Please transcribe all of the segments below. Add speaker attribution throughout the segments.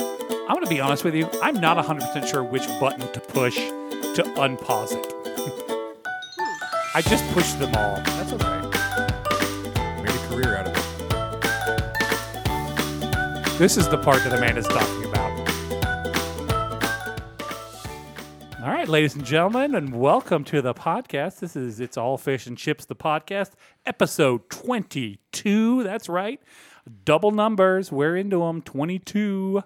Speaker 1: to be honest with you, I'm not 100% sure which button to push to unpause it. I just pushed them all.
Speaker 2: That's okay. Made a career out of it.
Speaker 1: This is the part that Amanda's talking about. All right, ladies and gentlemen, and welcome to the podcast. This is It's All Fish and Chips, the podcast, episode 22. That's right. Double numbers. We're into them 22.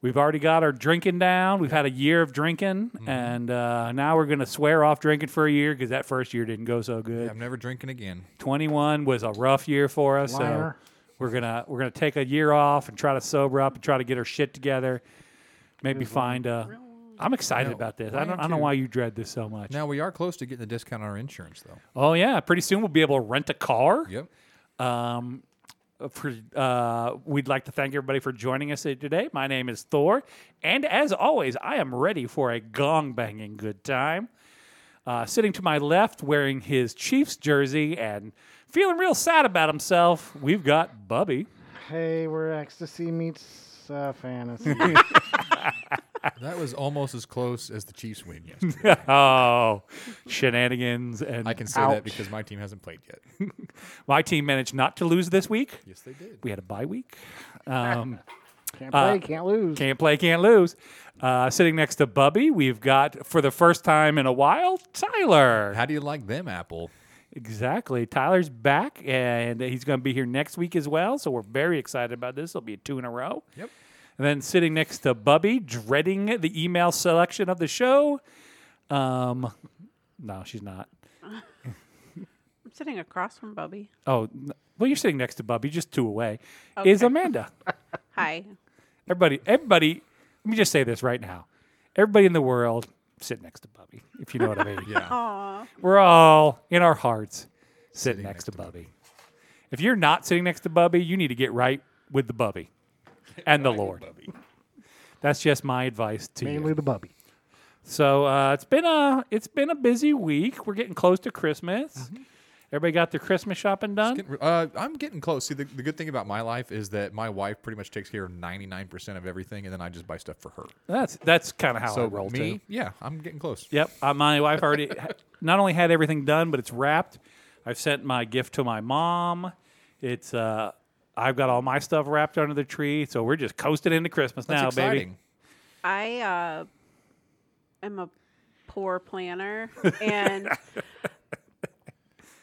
Speaker 1: We've already got our drinking down. We've had a year of drinking, and uh, now we're going to swear off drinking for a year because that first year didn't go so good.
Speaker 2: I'm never drinking again.
Speaker 1: 21 was a rough year for us. So
Speaker 3: Liar.
Speaker 1: we're gonna we're gonna take a year off and try to sober up and try to get our shit together. Maybe find a. I'm excited
Speaker 2: No,
Speaker 1: about this.
Speaker 2: I
Speaker 1: I don't
Speaker 2: am
Speaker 1: I don't know
Speaker 2: too.
Speaker 1: why you dread this so much.
Speaker 2: Now we are close to getting a discount on our insurance, though.
Speaker 1: Oh yeah, pretty soon we'll be able to rent a car.
Speaker 2: Yep.
Speaker 1: Um, uh, for, uh, we'd like to thank everybody for joining us today. My name is Thor, and as always, I am ready for a gong banging good time. Uh, sitting to my left, wearing his Chiefs jersey and feeling real sad about himself, we've got Bubby.
Speaker 3: Hey, we're ecstasy meets uh, fantasy.
Speaker 2: That was almost as close as the Chiefs win yesterday.
Speaker 1: oh, shenanigans! And
Speaker 2: I can say
Speaker 3: Ouch.
Speaker 2: that because my team hasn't played yet.
Speaker 1: my team managed not to lose this week.
Speaker 2: yes, they did.
Speaker 1: We had a bye week. Um,
Speaker 3: can't play, can't lose.
Speaker 1: Can't play, can't lose. Uh, sitting next to Bubby, we've got for the first time in a while Tyler.
Speaker 2: How do you like them, Apple?
Speaker 1: Exactly, Tyler's back, and he's going to be here next week as well. So we're very excited about this. It'll be two in a row.
Speaker 2: Yep.
Speaker 1: And then sitting next to Bubby, dreading the email selection of the show. Um, no, she's not.
Speaker 4: I'm sitting across from Bubby.
Speaker 1: Oh, n- well, you're sitting next to Bubby, just two away. Is
Speaker 4: Okay.
Speaker 1: Amanda?
Speaker 4: Hi.
Speaker 1: Everybody, everybody. Let me just say this right now. Everybody in the world, sit next to Bubby, if you know what I mean.
Speaker 2: Yeah.
Speaker 4: Aw.
Speaker 1: We're all in our hearts sitting, next, to Bubby. If you're not sitting next to Bubby, you need to get right with the Bubby and the Lord. That's just my advice to you.
Speaker 3: Mainly the bubby.
Speaker 1: So uh, it's been a it's been a busy week. We're getting close to Christmas. Everybody got their Christmas shopping done.
Speaker 2: Getting re- Uh, I'm getting close. See, the, the good thing about my life is that my wife pretty much takes care of 99% of everything, and then I just buy stuff for her.
Speaker 1: That's that's kind of how
Speaker 2: so
Speaker 1: I roll
Speaker 2: me,
Speaker 1: too.
Speaker 2: yeah, I'm getting close.
Speaker 1: Yep. Uh, my wife already ha- not only had everything done, but it's wrapped. I've sent my gift to my mom. It's uh, I've got all my stuff wrapped under the tree, so we're just coasting into Christmas
Speaker 2: That's
Speaker 1: now,
Speaker 2: exciting.
Speaker 1: baby.
Speaker 4: I uh, am a poor planner and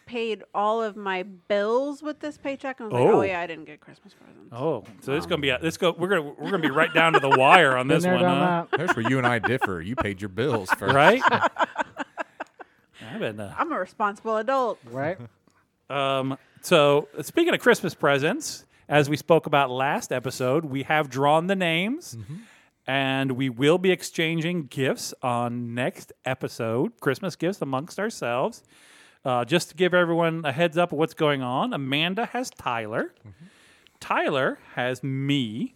Speaker 4: paid all of my bills with this paycheck. And I was like,
Speaker 1: Oh.
Speaker 4: oh yeah, I didn't get Christmas presents.
Speaker 1: Oh, so this is gonna be a, this go we're gonna we're gonna be right down to the wire on this
Speaker 3: Been there,
Speaker 1: one,
Speaker 3: done
Speaker 1: huh?
Speaker 3: that.
Speaker 2: There's where you and I differ. You paid your bills first.
Speaker 1: right? I've been uh,
Speaker 4: I'm a responsible adult.
Speaker 3: Right?
Speaker 1: Um, so uh, speaking of Christmas presents, as we spoke about last episode, we have drawn the names, and we will be exchanging gifts on next episode. Christmas gifts amongst ourselves. Uh, just to give everyone a heads up of what's going on, Amanda has Tyler. Tyler has me.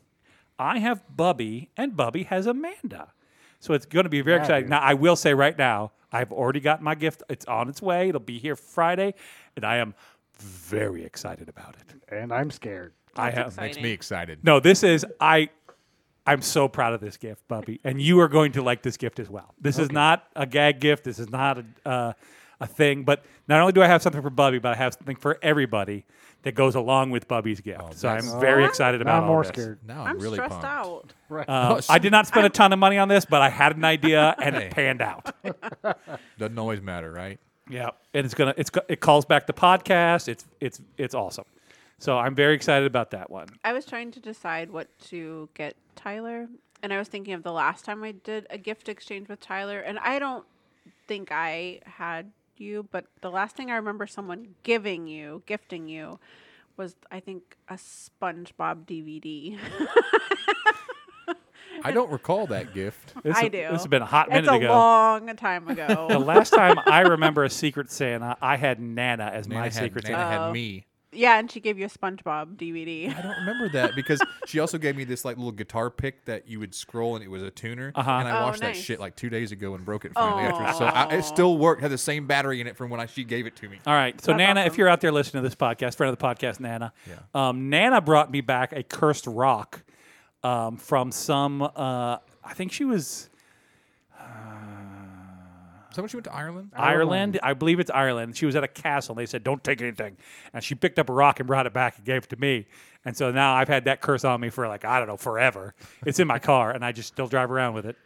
Speaker 1: I have Bubby, and Bubby has Amanda. So it's going to be very exciting. Now, I will say right now, I've already got my gift. It's on its way. It'll be here Friday, and I am very excited about it.
Speaker 3: And I'm scared.
Speaker 1: I have
Speaker 2: Makes me excited.
Speaker 1: no. This is I. I'm so proud of this gift, Bubby, and you are going to like this gift as well. This is not a gag gift. This is not a uh, a thing. But not only do I have something for Bubby, but I have something for everybody that goes along with Bubby's gift. so I'm
Speaker 2: that's-
Speaker 1: very excited
Speaker 3: Oh, Now
Speaker 1: about
Speaker 3: I'm
Speaker 1: all
Speaker 3: more
Speaker 1: this.
Speaker 3: scared.
Speaker 2: Now I'm,
Speaker 4: I'm
Speaker 2: really
Speaker 4: stressed
Speaker 2: pumped.
Speaker 4: out.
Speaker 3: Right.
Speaker 1: Uh, I did not spend a ton of money on this, but I had an idea and
Speaker 2: Hey.
Speaker 1: it panned out.
Speaker 2: Doesn't always matter, right?
Speaker 1: Yeah, and it's gonna it's go- it calls back the podcast. It's it's it's awesome. So I'm very excited about that one.
Speaker 4: I was trying to decide what to get Tyler, and I was thinking of the last time I did a gift exchange with Tyler, and I don't think I had you, but the last thing I remember someone giving you, gifting you, was I think a SpongeBob DVD.
Speaker 2: I don't recall that gift.
Speaker 1: This
Speaker 4: I
Speaker 1: is-
Speaker 4: do.
Speaker 1: This has been a hot minute
Speaker 4: it's a
Speaker 1: ago.
Speaker 4: long time
Speaker 1: the
Speaker 4: ago.
Speaker 1: last time I remember a Secret Santa, I had Nana as
Speaker 2: Nana
Speaker 1: my
Speaker 2: had,
Speaker 1: Secret
Speaker 2: Nana
Speaker 1: Santa.
Speaker 2: had
Speaker 4: Oh.
Speaker 2: me.
Speaker 4: yeah, and she gave you a SpongeBob DVD.
Speaker 2: I don't remember that because she also gave me this like little guitar pick that you would scroll and it was a tuner.
Speaker 1: Uh-huh.
Speaker 2: And I
Speaker 4: Oh,
Speaker 2: watched that
Speaker 4: nice.
Speaker 2: shit like two days ago and broke it finally after. So I, it still worked. Had the same battery in it from when I, she gave it to me.
Speaker 1: All right, so
Speaker 4: That's
Speaker 1: Nana, if
Speaker 4: awesome.
Speaker 1: you're out there listening to this podcast, friend of the podcast, Nana, um, Nana brought me back a cursed rock um, from some. Uh, I think she was
Speaker 2: Someone she went to Ireland.
Speaker 1: Ireland. I believe it's Ireland. She was at a castle, and they said, "Don't take anything." And she picked up a rock and brought it back and gave it to me. And so now I've had that curse on me for like I don't know forever. It's in my car, and I just still drive around with it.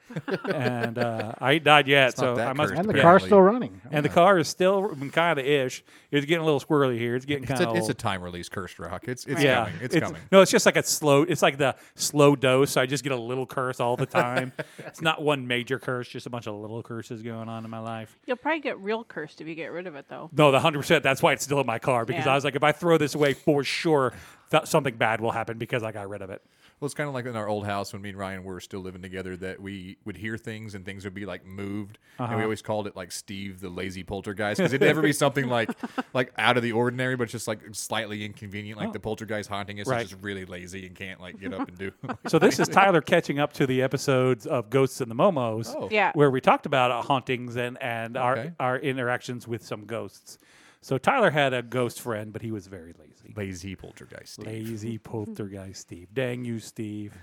Speaker 1: and uh, I ain't died yet,
Speaker 2: not
Speaker 1: so
Speaker 2: that
Speaker 1: I must.
Speaker 2: cursed,
Speaker 1: be
Speaker 2: It's
Speaker 3: And the
Speaker 1: pretty-
Speaker 3: car's
Speaker 2: apparently-
Speaker 3: still running.
Speaker 1: and the car is still kind of ish. It's getting a little squirrely here. It's getting
Speaker 2: It's
Speaker 1: kind
Speaker 2: a,
Speaker 1: of
Speaker 2: it's a time release cursed rock. It's it's
Speaker 1: yeah,
Speaker 2: coming. It's, coming.
Speaker 1: No, it's just like a slow. It's like the slow dose. I just get a little curse all the time. it's not one major curse, just a bunch of little curses going on in my life.
Speaker 4: You'll probably get real cursed if you get rid of it, though.
Speaker 1: No, the hundred percent. That's why it's still in my car because
Speaker 4: Yeah.
Speaker 1: I was like, if I throw this away, for sure, th- something bad will happen because I got rid of it.
Speaker 2: Well, it's kind of like in our old house when me and Ryan were still living together that we would hear things and things would be like moved, and we always called it like Steve the lazy poltergeist because it'd never be something like like out of the ordinary, but just like slightly inconvenient, like the poltergeist haunting us
Speaker 1: Right.
Speaker 2: is just really lazy and can't like get up and do.
Speaker 1: So this is Tyler catching up to the episodes of Ghosts and the Momos,
Speaker 2: Oh.
Speaker 4: Yeah.
Speaker 1: where we talked about uh, hauntings and and
Speaker 2: Okay.
Speaker 1: our our interactions with some ghosts. So Tyler had a ghost friend, but he was very lazy.
Speaker 2: lazy poltergeist. Steve.
Speaker 1: Lazy poltergeist Steve. Dang you, Steve.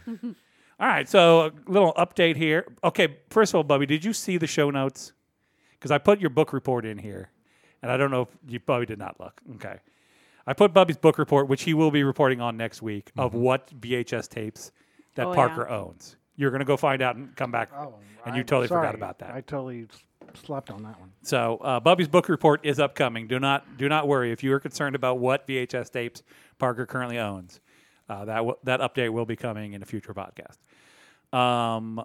Speaker 1: all right, so a little update here. Okay, first of all, Bubby, did you see the show notes? Because I put your book report in here, and I don't know if you probably did not look. Okay. I put Bubby's book report, which he will be reporting on next week, of what VHS tapes that
Speaker 4: Mm-hmm. Oh, yeah.
Speaker 1: Parker owns. You're going to go find out and come back.
Speaker 3: Oh,
Speaker 1: and you
Speaker 3: I'm
Speaker 1: totally forgot
Speaker 3: sorry.
Speaker 1: about that.
Speaker 3: I totally s- slept on that one.
Speaker 1: So uh, Bubby's book report is upcoming. Do not do not worry if you are concerned about what VHS tapes Parker currently owns. Uh, that w- that update will be coming in a future podcast. Um,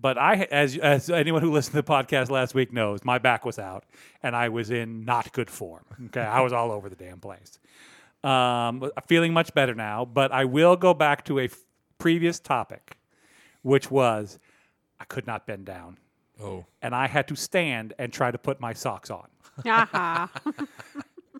Speaker 1: but I, as as anyone who listened to the podcast last week knows, my back was out and I was in not good form. Okay, I was all over the damn place. Um, feeling much better now, but I will go back to a f- previous topic, which was I could not bend down
Speaker 2: Oh,
Speaker 1: and I had to stand and try to put my socks on.
Speaker 4: Aha.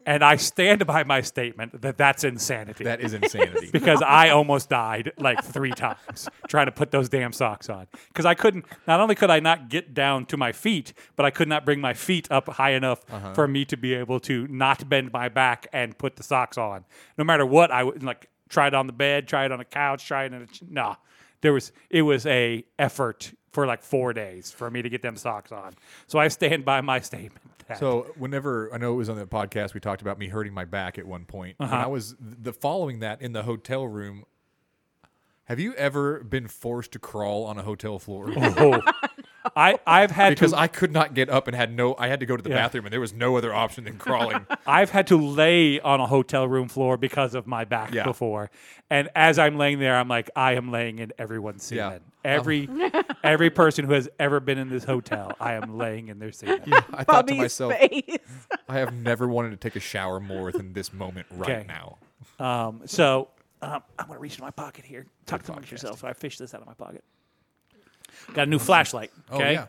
Speaker 1: And I stand by my statement that that's insanity
Speaker 2: that is insanity.
Speaker 1: because I almost died like three times trying to put those damn socks on. Because I couldn't, not only could I not get down to my feet, but I could not bring my feet up high enough for me to be able to not bend my back and put the socks on. No matter what, I would like try it on the bed, try it on the couch, try it in a, ch- nah. There was, it was a effort for like four days for me to get them socks on. So I stand by my statement. that-
Speaker 2: So whenever I know it was on the podcast, we talked about me hurting my back at one point. When
Speaker 1: Uh-huh.
Speaker 2: I was the following that in the hotel room. Have you ever been forced to crawl on a hotel floor?
Speaker 1: Oh. I, I've had
Speaker 2: because
Speaker 1: to
Speaker 2: I could not get up and had no. I had to go to the
Speaker 1: Yeah.
Speaker 2: bathroom, and there was no other option than crawling.
Speaker 1: I've had to lay on a hotel room floor because of my back
Speaker 2: Yeah.
Speaker 1: before. And as I'm laying there, I'm like, I am laying in everyone's
Speaker 2: Yeah.
Speaker 1: semen. Every every person who has ever been in this hotel, I am laying in their semen.
Speaker 2: I thought to
Speaker 4: Bubby's
Speaker 2: myself,
Speaker 4: face.
Speaker 2: I have never wanted to take a shower more than this moment right
Speaker 1: Okay.
Speaker 2: now.
Speaker 1: Um, so um, I'm gonna reach in my pocket here, talk amongst yourself. So I fish this out of my pocket. Got a new flashlight.
Speaker 2: Oh,
Speaker 1: Okay,
Speaker 2: yeah.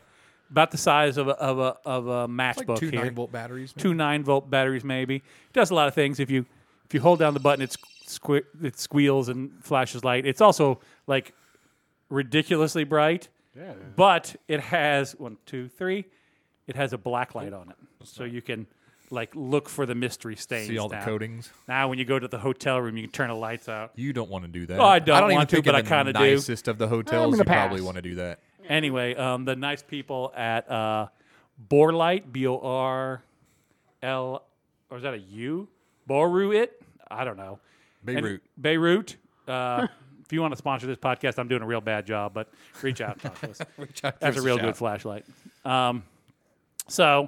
Speaker 1: about the size of a of a of a matchbook
Speaker 2: Like two
Speaker 1: here.
Speaker 2: nine volt batteries. maybe?
Speaker 1: two nine volt batteries maybe. It does a lot of things. If you if you hold down the button, it's squi- it squeals and flashes light. It's also like ridiculously bright,
Speaker 3: Yeah.
Speaker 1: but it has one, two, three. It has a black light on it, so you can like look for the mystery stains.
Speaker 2: See all the
Speaker 1: now.
Speaker 2: coatings.
Speaker 1: Now, when you go to the hotel room, you can turn the lights out.
Speaker 2: You don't want to do that.
Speaker 1: Oh, I don't
Speaker 2: even
Speaker 1: want to,
Speaker 2: think
Speaker 1: but
Speaker 2: in
Speaker 1: I
Speaker 2: the
Speaker 1: kinda do.
Speaker 2: Nicest of the hotels, you
Speaker 3: gonna
Speaker 2: probably
Speaker 3: pass.
Speaker 2: want to do that.
Speaker 1: Anyway, um, the nice people at uh, Borlight, B O R L, or is that a U? Boru it? I don't know. And-
Speaker 2: Beirut.
Speaker 1: Beirut. Uh, if you want to sponsor this podcast, I'm doing a real bad job, but reach out and talk to us.
Speaker 2: Reach out,
Speaker 1: That's
Speaker 2: give
Speaker 1: a
Speaker 2: us
Speaker 1: real
Speaker 2: shout.
Speaker 1: good flashlight. Um, so,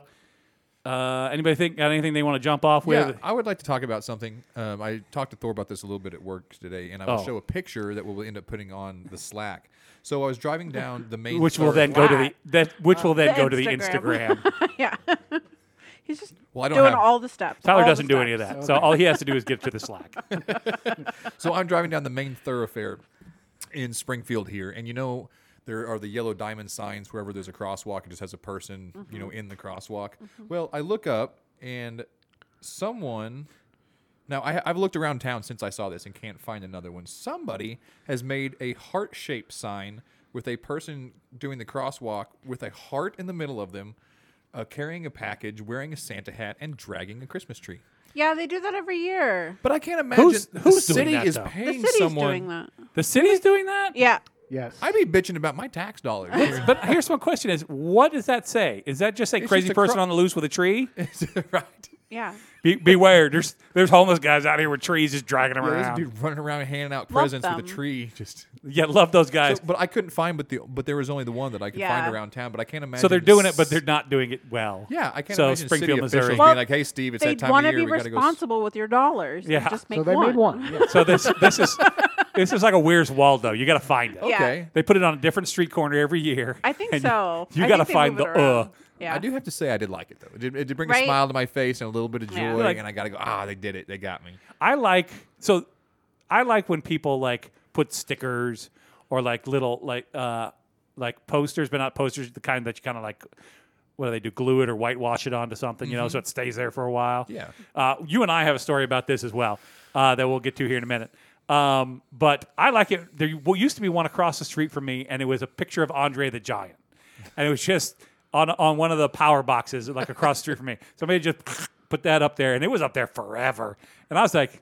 Speaker 1: uh, anybody think got anything they want to jump off with?
Speaker 2: Yeah, I would like to talk about something. Um, I talked to Thor about this a little bit at work today, and I will
Speaker 1: Oh.
Speaker 2: show a picture that we'll end up putting on the Slack. So I was driving down the main,
Speaker 1: which will
Speaker 2: or-
Speaker 1: then go to the that which will then
Speaker 4: The
Speaker 1: go to the
Speaker 4: Instagram.
Speaker 1: Instagram.
Speaker 4: yeah. He's just
Speaker 2: Well, I don't
Speaker 4: doing
Speaker 2: have-
Speaker 4: all the steps.
Speaker 1: Tyler
Speaker 4: all the
Speaker 1: doesn't do any of
Speaker 4: steps.
Speaker 1: that, so all he has to do is get to the Slack.
Speaker 2: So I'm driving down the main thoroughfare in Springfield here, and you know there are the yellow diamond signs wherever there's a crosswalk. It just has a person, you
Speaker 4: Mm-hmm.
Speaker 2: know, in the crosswalk. Well, I look up and someone. Now I, I've looked around town since I saw this and can't find another one. Somebody has made a heart-shaped sign with a person doing the crosswalk with a heart in the middle of them, uh, carrying a package, wearing a Santa hat, and dragging a Christmas tree.
Speaker 4: Yeah, they do that every year.
Speaker 2: But I can't imagine
Speaker 1: Who's- who's
Speaker 2: the
Speaker 1: doing
Speaker 2: city
Speaker 1: that,
Speaker 2: is
Speaker 1: though? The
Speaker 4: The
Speaker 2: paying
Speaker 4: city's
Speaker 2: someone.
Speaker 4: doing that.
Speaker 1: The city's doing that?
Speaker 4: Yeah.
Speaker 3: Yes.
Speaker 2: I'd be bitching about my tax dollars.
Speaker 1: But here's my question is what does that say? Is that just a
Speaker 2: It's
Speaker 1: crazy
Speaker 2: just a
Speaker 1: person
Speaker 2: cro-
Speaker 1: on the loose with a tree?
Speaker 2: right.
Speaker 4: Yeah.
Speaker 1: Be- beware, there's there's homeless guys out here with trees just dragging them
Speaker 2: Yeah, this
Speaker 1: around.
Speaker 2: dude running around handing out presents with a
Speaker 4: them.
Speaker 2: tree. Just
Speaker 1: Yeah, love those guys.
Speaker 2: so, but I couldn't find, but the but there was only the one that I could
Speaker 4: Yeah.
Speaker 2: find around town. But I can't imagine.
Speaker 1: So they're doing it, but
Speaker 2: s-
Speaker 1: they're not doing it well.
Speaker 2: yeah, I can't
Speaker 1: so
Speaker 2: imagine
Speaker 1: Springfield,
Speaker 2: city
Speaker 1: Missouri.
Speaker 2: officials
Speaker 4: Well,
Speaker 2: being like, "Hey, Steve, it's
Speaker 4: They
Speaker 2: that time
Speaker 4: want
Speaker 2: of
Speaker 4: to
Speaker 2: year.
Speaker 4: be
Speaker 2: We gotta go." s-
Speaker 4: responsible with your dollars.
Speaker 1: Yeah.
Speaker 4: Yeah. Just make
Speaker 3: so they
Speaker 4: one.
Speaker 3: made one. Yeah.
Speaker 1: So this this is this is like a Where's Waldo. You got to find it.
Speaker 4: Yeah.
Speaker 2: Okay,
Speaker 1: They put it on a different street corner every year.
Speaker 4: I think
Speaker 1: and
Speaker 4: so.
Speaker 1: You
Speaker 4: I
Speaker 1: got to
Speaker 4: think they
Speaker 1: find
Speaker 4: move
Speaker 1: the
Speaker 4: it around.
Speaker 1: uh.
Speaker 4: Yeah.
Speaker 2: I do have to say I did like it though. It did, it did bring a
Speaker 4: Right?
Speaker 2: smile to my face and a little bit of joy,
Speaker 4: Yeah.
Speaker 1: Like-
Speaker 2: and I gotta go. Ah, they did it. They got me.
Speaker 1: I like so I like when people like put stickers or like little like uh like posters, but not posters the kind that you kind of like. What do they do? Glue it or whitewash it onto something, you know, so it stays there for a while.
Speaker 2: Yeah.
Speaker 1: Uh, you and I have a story about this as well uh, that we'll get to here in a minute. Um, but I like it. There well, used to be one across the street from me, and it was a picture of Andre the Giant, and it was just on on one of the power boxes, like across the street from me. Somebody just put that up there, and it was up there forever. And I was like,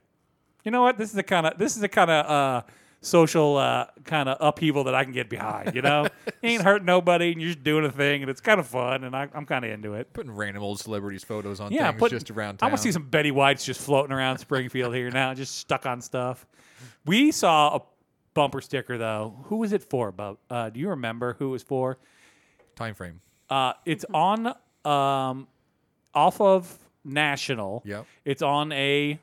Speaker 1: you know what? This is the kind of this is the kind of uh, social uh, kind of upheaval that I can get behind. You know, you ain't hurting nobody, and you're just doing a thing, and it's kind of fun, and I, I'm kind of into it.
Speaker 2: Putting random old celebrities' photos on
Speaker 1: Yeah,
Speaker 2: things
Speaker 1: but
Speaker 2: just around
Speaker 1: I
Speaker 2: town.
Speaker 1: want to see some Betty Whites just floating around Springfield here now, just stuck on stuff. We saw a bumper sticker though. Who was it for? Bub? Uh, do you remember who it was for?
Speaker 2: time frame.
Speaker 1: Uh, it's on um, off of National.
Speaker 2: Yep.
Speaker 1: It's on a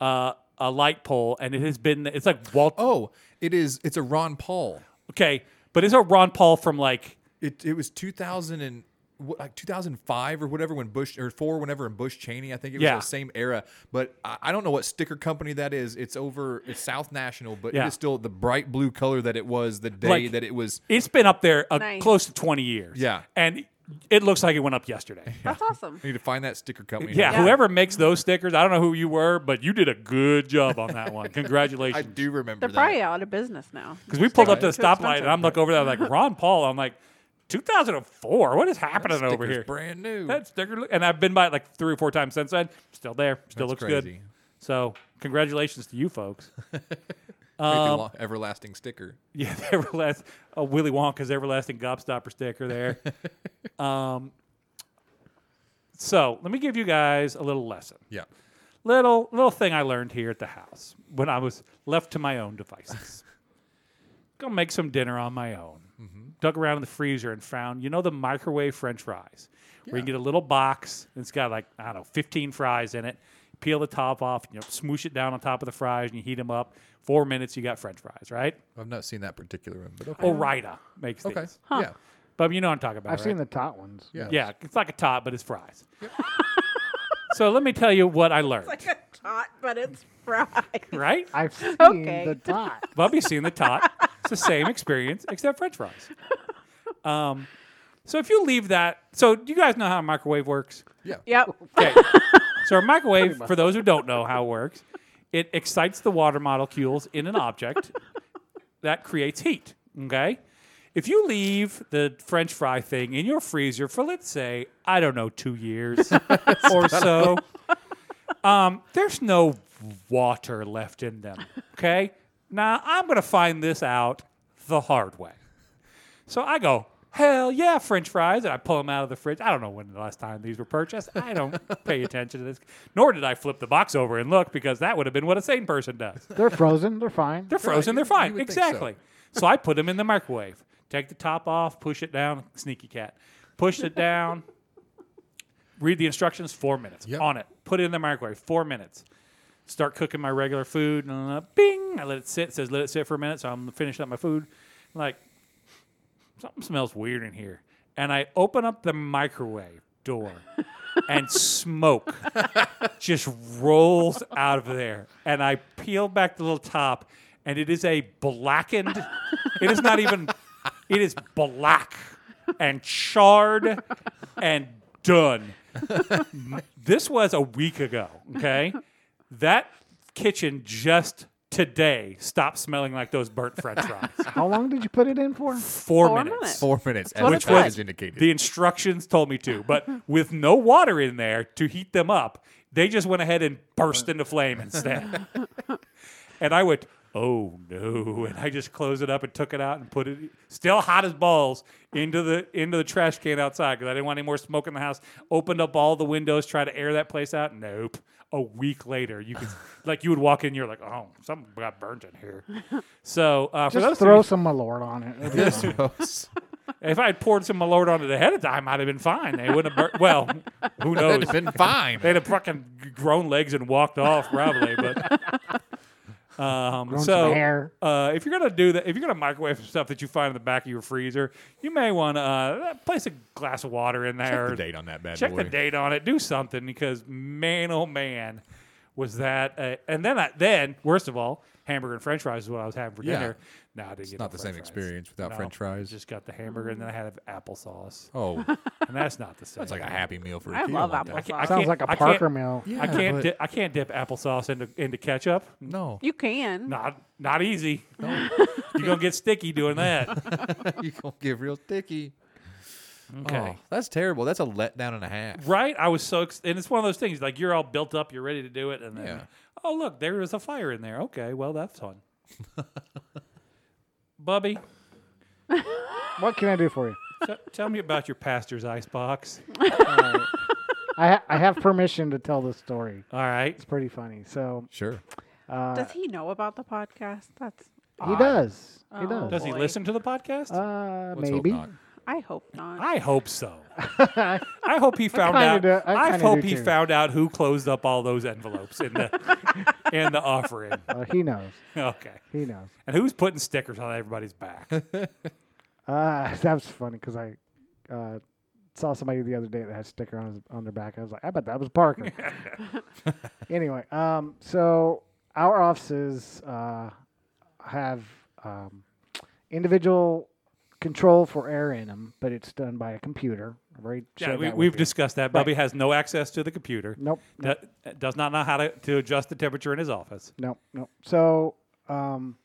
Speaker 1: uh, a light pole, and it has been. It's like Walt.
Speaker 2: Oh, it is. It's a Ron Paul.
Speaker 1: Okay, but it's a Ron Paul from like
Speaker 2: It it was 2000 and what, like 2005 or whatever when Bush or four whenever in Bush Cheney. I think it was
Speaker 1: Yeah.
Speaker 2: the same era. But I, I don't know what sticker company that is. It's over. It's South National, but
Speaker 1: Yeah.
Speaker 2: it is still the bright blue color that it was the day
Speaker 1: Like-
Speaker 2: that it was.
Speaker 1: it's been up there uh,
Speaker 4: Nice.
Speaker 1: close to twenty years.
Speaker 2: Yeah.
Speaker 1: and it looks like it went up yesterday.
Speaker 4: That's awesome.
Speaker 2: I need to find that sticker company.
Speaker 1: Yeah,
Speaker 4: Yeah.
Speaker 1: whoever makes those stickers, I don't know who you were, but you did a good job on that one.
Speaker 2: I
Speaker 1: Congratulations.
Speaker 2: do remember
Speaker 4: They're
Speaker 2: that.
Speaker 4: probably out of business now.
Speaker 1: Because we pulled up to the
Speaker 4: Stickers are too
Speaker 1: stoplight and I'm
Speaker 4: expensive.
Speaker 1: looking over there like Ron Paul. I'm like, 2004. What is happening
Speaker 2: Sticker's
Speaker 1: over here?
Speaker 2: brand new.
Speaker 1: That sticker, look- and I've been by it like three or four times since then. Still there. Still
Speaker 2: That's
Speaker 1: looks good.
Speaker 2: crazy.
Speaker 1: So congratulations to you folks.
Speaker 2: Make the
Speaker 1: Um,
Speaker 2: lo- everlasting sticker.
Speaker 1: Yeah, the everlast uh, Willy Wonka's everlasting gobstopper sticker there. um, so let me give you guys a little lesson.
Speaker 2: Yeah.
Speaker 1: little little thing I learned here at the house when I was left to my own devices. Go make some dinner on my own. Dug around in the freezer and found, you know, the microwave French fries, where you get a little box and it's got like I don't know, fifteen fries in it. Peel the top off, you know, smoosh it down on top of the fries, and you heat them up. Four minutes, you got French fries, right?
Speaker 2: I've not seen that particular one, but
Speaker 1: Oh,
Speaker 2: okay.
Speaker 1: Orida makes
Speaker 2: okay.
Speaker 1: these,
Speaker 2: Yeah.
Speaker 1: but you know what I'm talking about.
Speaker 3: I've
Speaker 1: right?
Speaker 3: seen the tot ones.
Speaker 2: Yeah.
Speaker 1: Yeah, it's like a tot, but it's fries. so let me tell you what I learned.
Speaker 4: Like a tot, but it's fried.
Speaker 1: right?
Speaker 3: I've seen
Speaker 4: Okay.
Speaker 3: the tot.
Speaker 1: Bubby's seen the tot. It's the same experience, except French fries. Um, so if you leave that, so do you guys know how a microwave works?
Speaker 2: Yeah.
Speaker 4: Yep.
Speaker 1: Okay. so a microwave, for those who don't know how it works, it excites the water molecules in an object that creates heat. Okay. If you leave the French fry thing in your freezer for let's say I don't know two years or so, um, there's no water left in them. Okay. Now I'm gonna find this out the hard way. So I go, hell yeah, French fries, and I pull them out of the fridge. I don't know when the last time these were purchased. I don't pay attention to this. Nor did I flip the box over and look because that would have been what a sane person does.
Speaker 3: They're frozen. They're fine.
Speaker 1: They're frozen.
Speaker 2: you-
Speaker 1: They're fine.
Speaker 2: you would think so.
Speaker 1: Exactly. So. I put them in the microwave. Take the top off. Push it down. Sneaky cat. Push it down. Read the instructions. Four minutes
Speaker 2: Yep.
Speaker 1: on it. Put it in the microwave. Four minutes. Start cooking my regular food. And uh, bing, I let it sit. It says let it sit for a minute. So I'm finishing up my food. I'm like something smells weird in here. And I open up the microwave door and smoke just rolls out of there. And I peel back the little top, and it is a blackened, it is not even, it is black and charred and done. this was a week ago, okay? That kitchen just today stopped smelling like those burnt french fries.
Speaker 3: How long did you put it in for?
Speaker 1: Four,
Speaker 4: Four
Speaker 1: minutes.
Speaker 4: minutes.
Speaker 2: Four minutes, as
Speaker 4: what
Speaker 2: the
Speaker 4: it
Speaker 2: package
Speaker 4: was.
Speaker 2: indicated.
Speaker 1: The instructions told me to, but with no water in there to heat them up, They just went ahead and burst into flame instead. and I went, oh no. And I just closed it up and took it out and put it still hot as balls into the into the trash can outside because I didn't want any more smoke in the house. Opened up all the windows, tried to air that place out. Nope. A week later, you could like you would walk in, you're like, oh, something got burnt in here. So uh, for
Speaker 3: Just
Speaker 1: those
Speaker 3: throw
Speaker 1: throw-
Speaker 3: some Malort on it. It'll be fine.
Speaker 2: Gross.
Speaker 1: Oh. if I had poured some Malort on it ahead of time, I'd have been fine. They wouldn't have burnt. Well, who knows?
Speaker 2: That'd have been fine.
Speaker 1: They'd have fucking grown legs and walked off probably. But um,
Speaker 3: Grown
Speaker 1: so
Speaker 3: some hair.
Speaker 1: Uh, if you're gonna do that, if you're gonna microwave some stuff that you find in the back of your freezer, you may want to uh, place a glass of water in there.
Speaker 2: Check the date on that bad
Speaker 1: Check
Speaker 2: boy.
Speaker 1: the date on it. Do something because man, oh man, was that. A, and then I, then worst of all, hamburger and French fries is what I was having for
Speaker 2: Yeah.
Speaker 1: dinner. No, I didn't get
Speaker 2: not
Speaker 1: no
Speaker 2: the same
Speaker 1: french fries.
Speaker 2: experience without
Speaker 1: No,
Speaker 2: french fries.
Speaker 1: Just got the hamburger and then I had applesauce,
Speaker 2: Oh,
Speaker 1: and that's not the same.
Speaker 2: that's like a happy meal for a
Speaker 4: I
Speaker 2: kid.
Speaker 4: love
Speaker 2: want that.
Speaker 4: applesauce.
Speaker 1: I can't-
Speaker 3: Sounds like
Speaker 1: I
Speaker 3: a
Speaker 1: can't-
Speaker 3: Parker meal.
Speaker 1: I
Speaker 2: Yeah,
Speaker 1: can't
Speaker 2: but-
Speaker 1: di- I can't dip applesauce into into ketchup.
Speaker 2: No,
Speaker 4: You can.
Speaker 1: Not not easy. You're gonna get sticky doing that.
Speaker 2: you gonna get real sticky.
Speaker 1: Okay.
Speaker 2: Oh, that's terrible. That's a letdown and a half.
Speaker 1: Right? I was so ex- and it's one of those things like you're all built up, you're ready to do it, and then
Speaker 2: Yeah.
Speaker 1: oh look, there is a fire in there. Okay, well that's fun. Bubby,
Speaker 3: What can I do for you?
Speaker 1: t- tell me about your pastor's icebox.
Speaker 3: I ha- I have permission to tell this story.
Speaker 1: All right.
Speaker 3: It's pretty funny. So
Speaker 2: Sure.
Speaker 4: Does he know about the podcast? That's.
Speaker 3: he does. He
Speaker 4: Oh.
Speaker 3: does.
Speaker 1: Does he
Speaker 4: Boy.
Speaker 1: listen to the podcast?
Speaker 3: Uh,
Speaker 2: Let's
Speaker 3: maybe.
Speaker 2: hope not.
Speaker 4: I hope not.
Speaker 1: I hope so. I hope he found
Speaker 3: kinda
Speaker 1: out.
Speaker 3: do- I
Speaker 1: I,
Speaker 3: kinda
Speaker 1: hope
Speaker 3: do
Speaker 1: he
Speaker 3: too.
Speaker 1: found out who closed up all those envelopes in the in the offering.
Speaker 3: Uh, he knows.
Speaker 1: Okay.
Speaker 3: He knows.
Speaker 1: And who's putting stickers on everybody's back?
Speaker 3: Uh, that was funny because I uh, saw somebody the other day that had a sticker on his, on their back. I was like, I bet that was Parker. anyway, um, so our offices uh, have um, individual control for air in them, but it's done by a computer. I've already
Speaker 1: yeah,
Speaker 3: shared
Speaker 1: we,
Speaker 3: that with
Speaker 1: we've
Speaker 3: you.
Speaker 1: discussed that. Bubby has no access to the computer.
Speaker 3: nope.
Speaker 1: d- does not know how to, to adjust the temperature in his office.
Speaker 3: No, no. So, um,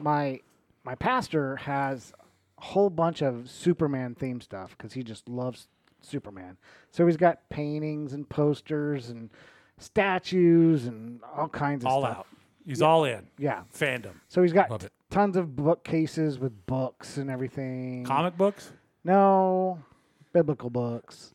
Speaker 3: my my pastor has a whole bunch of Superman themed stuff because he just loves Superman. So he's got paintings and posters and statues and all kinds of
Speaker 1: all
Speaker 3: stuff.
Speaker 1: out. He's all in.
Speaker 3: Yeah.
Speaker 1: Fandom.
Speaker 3: So he's got
Speaker 2: Love it.
Speaker 3: tons of bookcases with books and everything.
Speaker 1: Comic books?
Speaker 3: No, biblical books.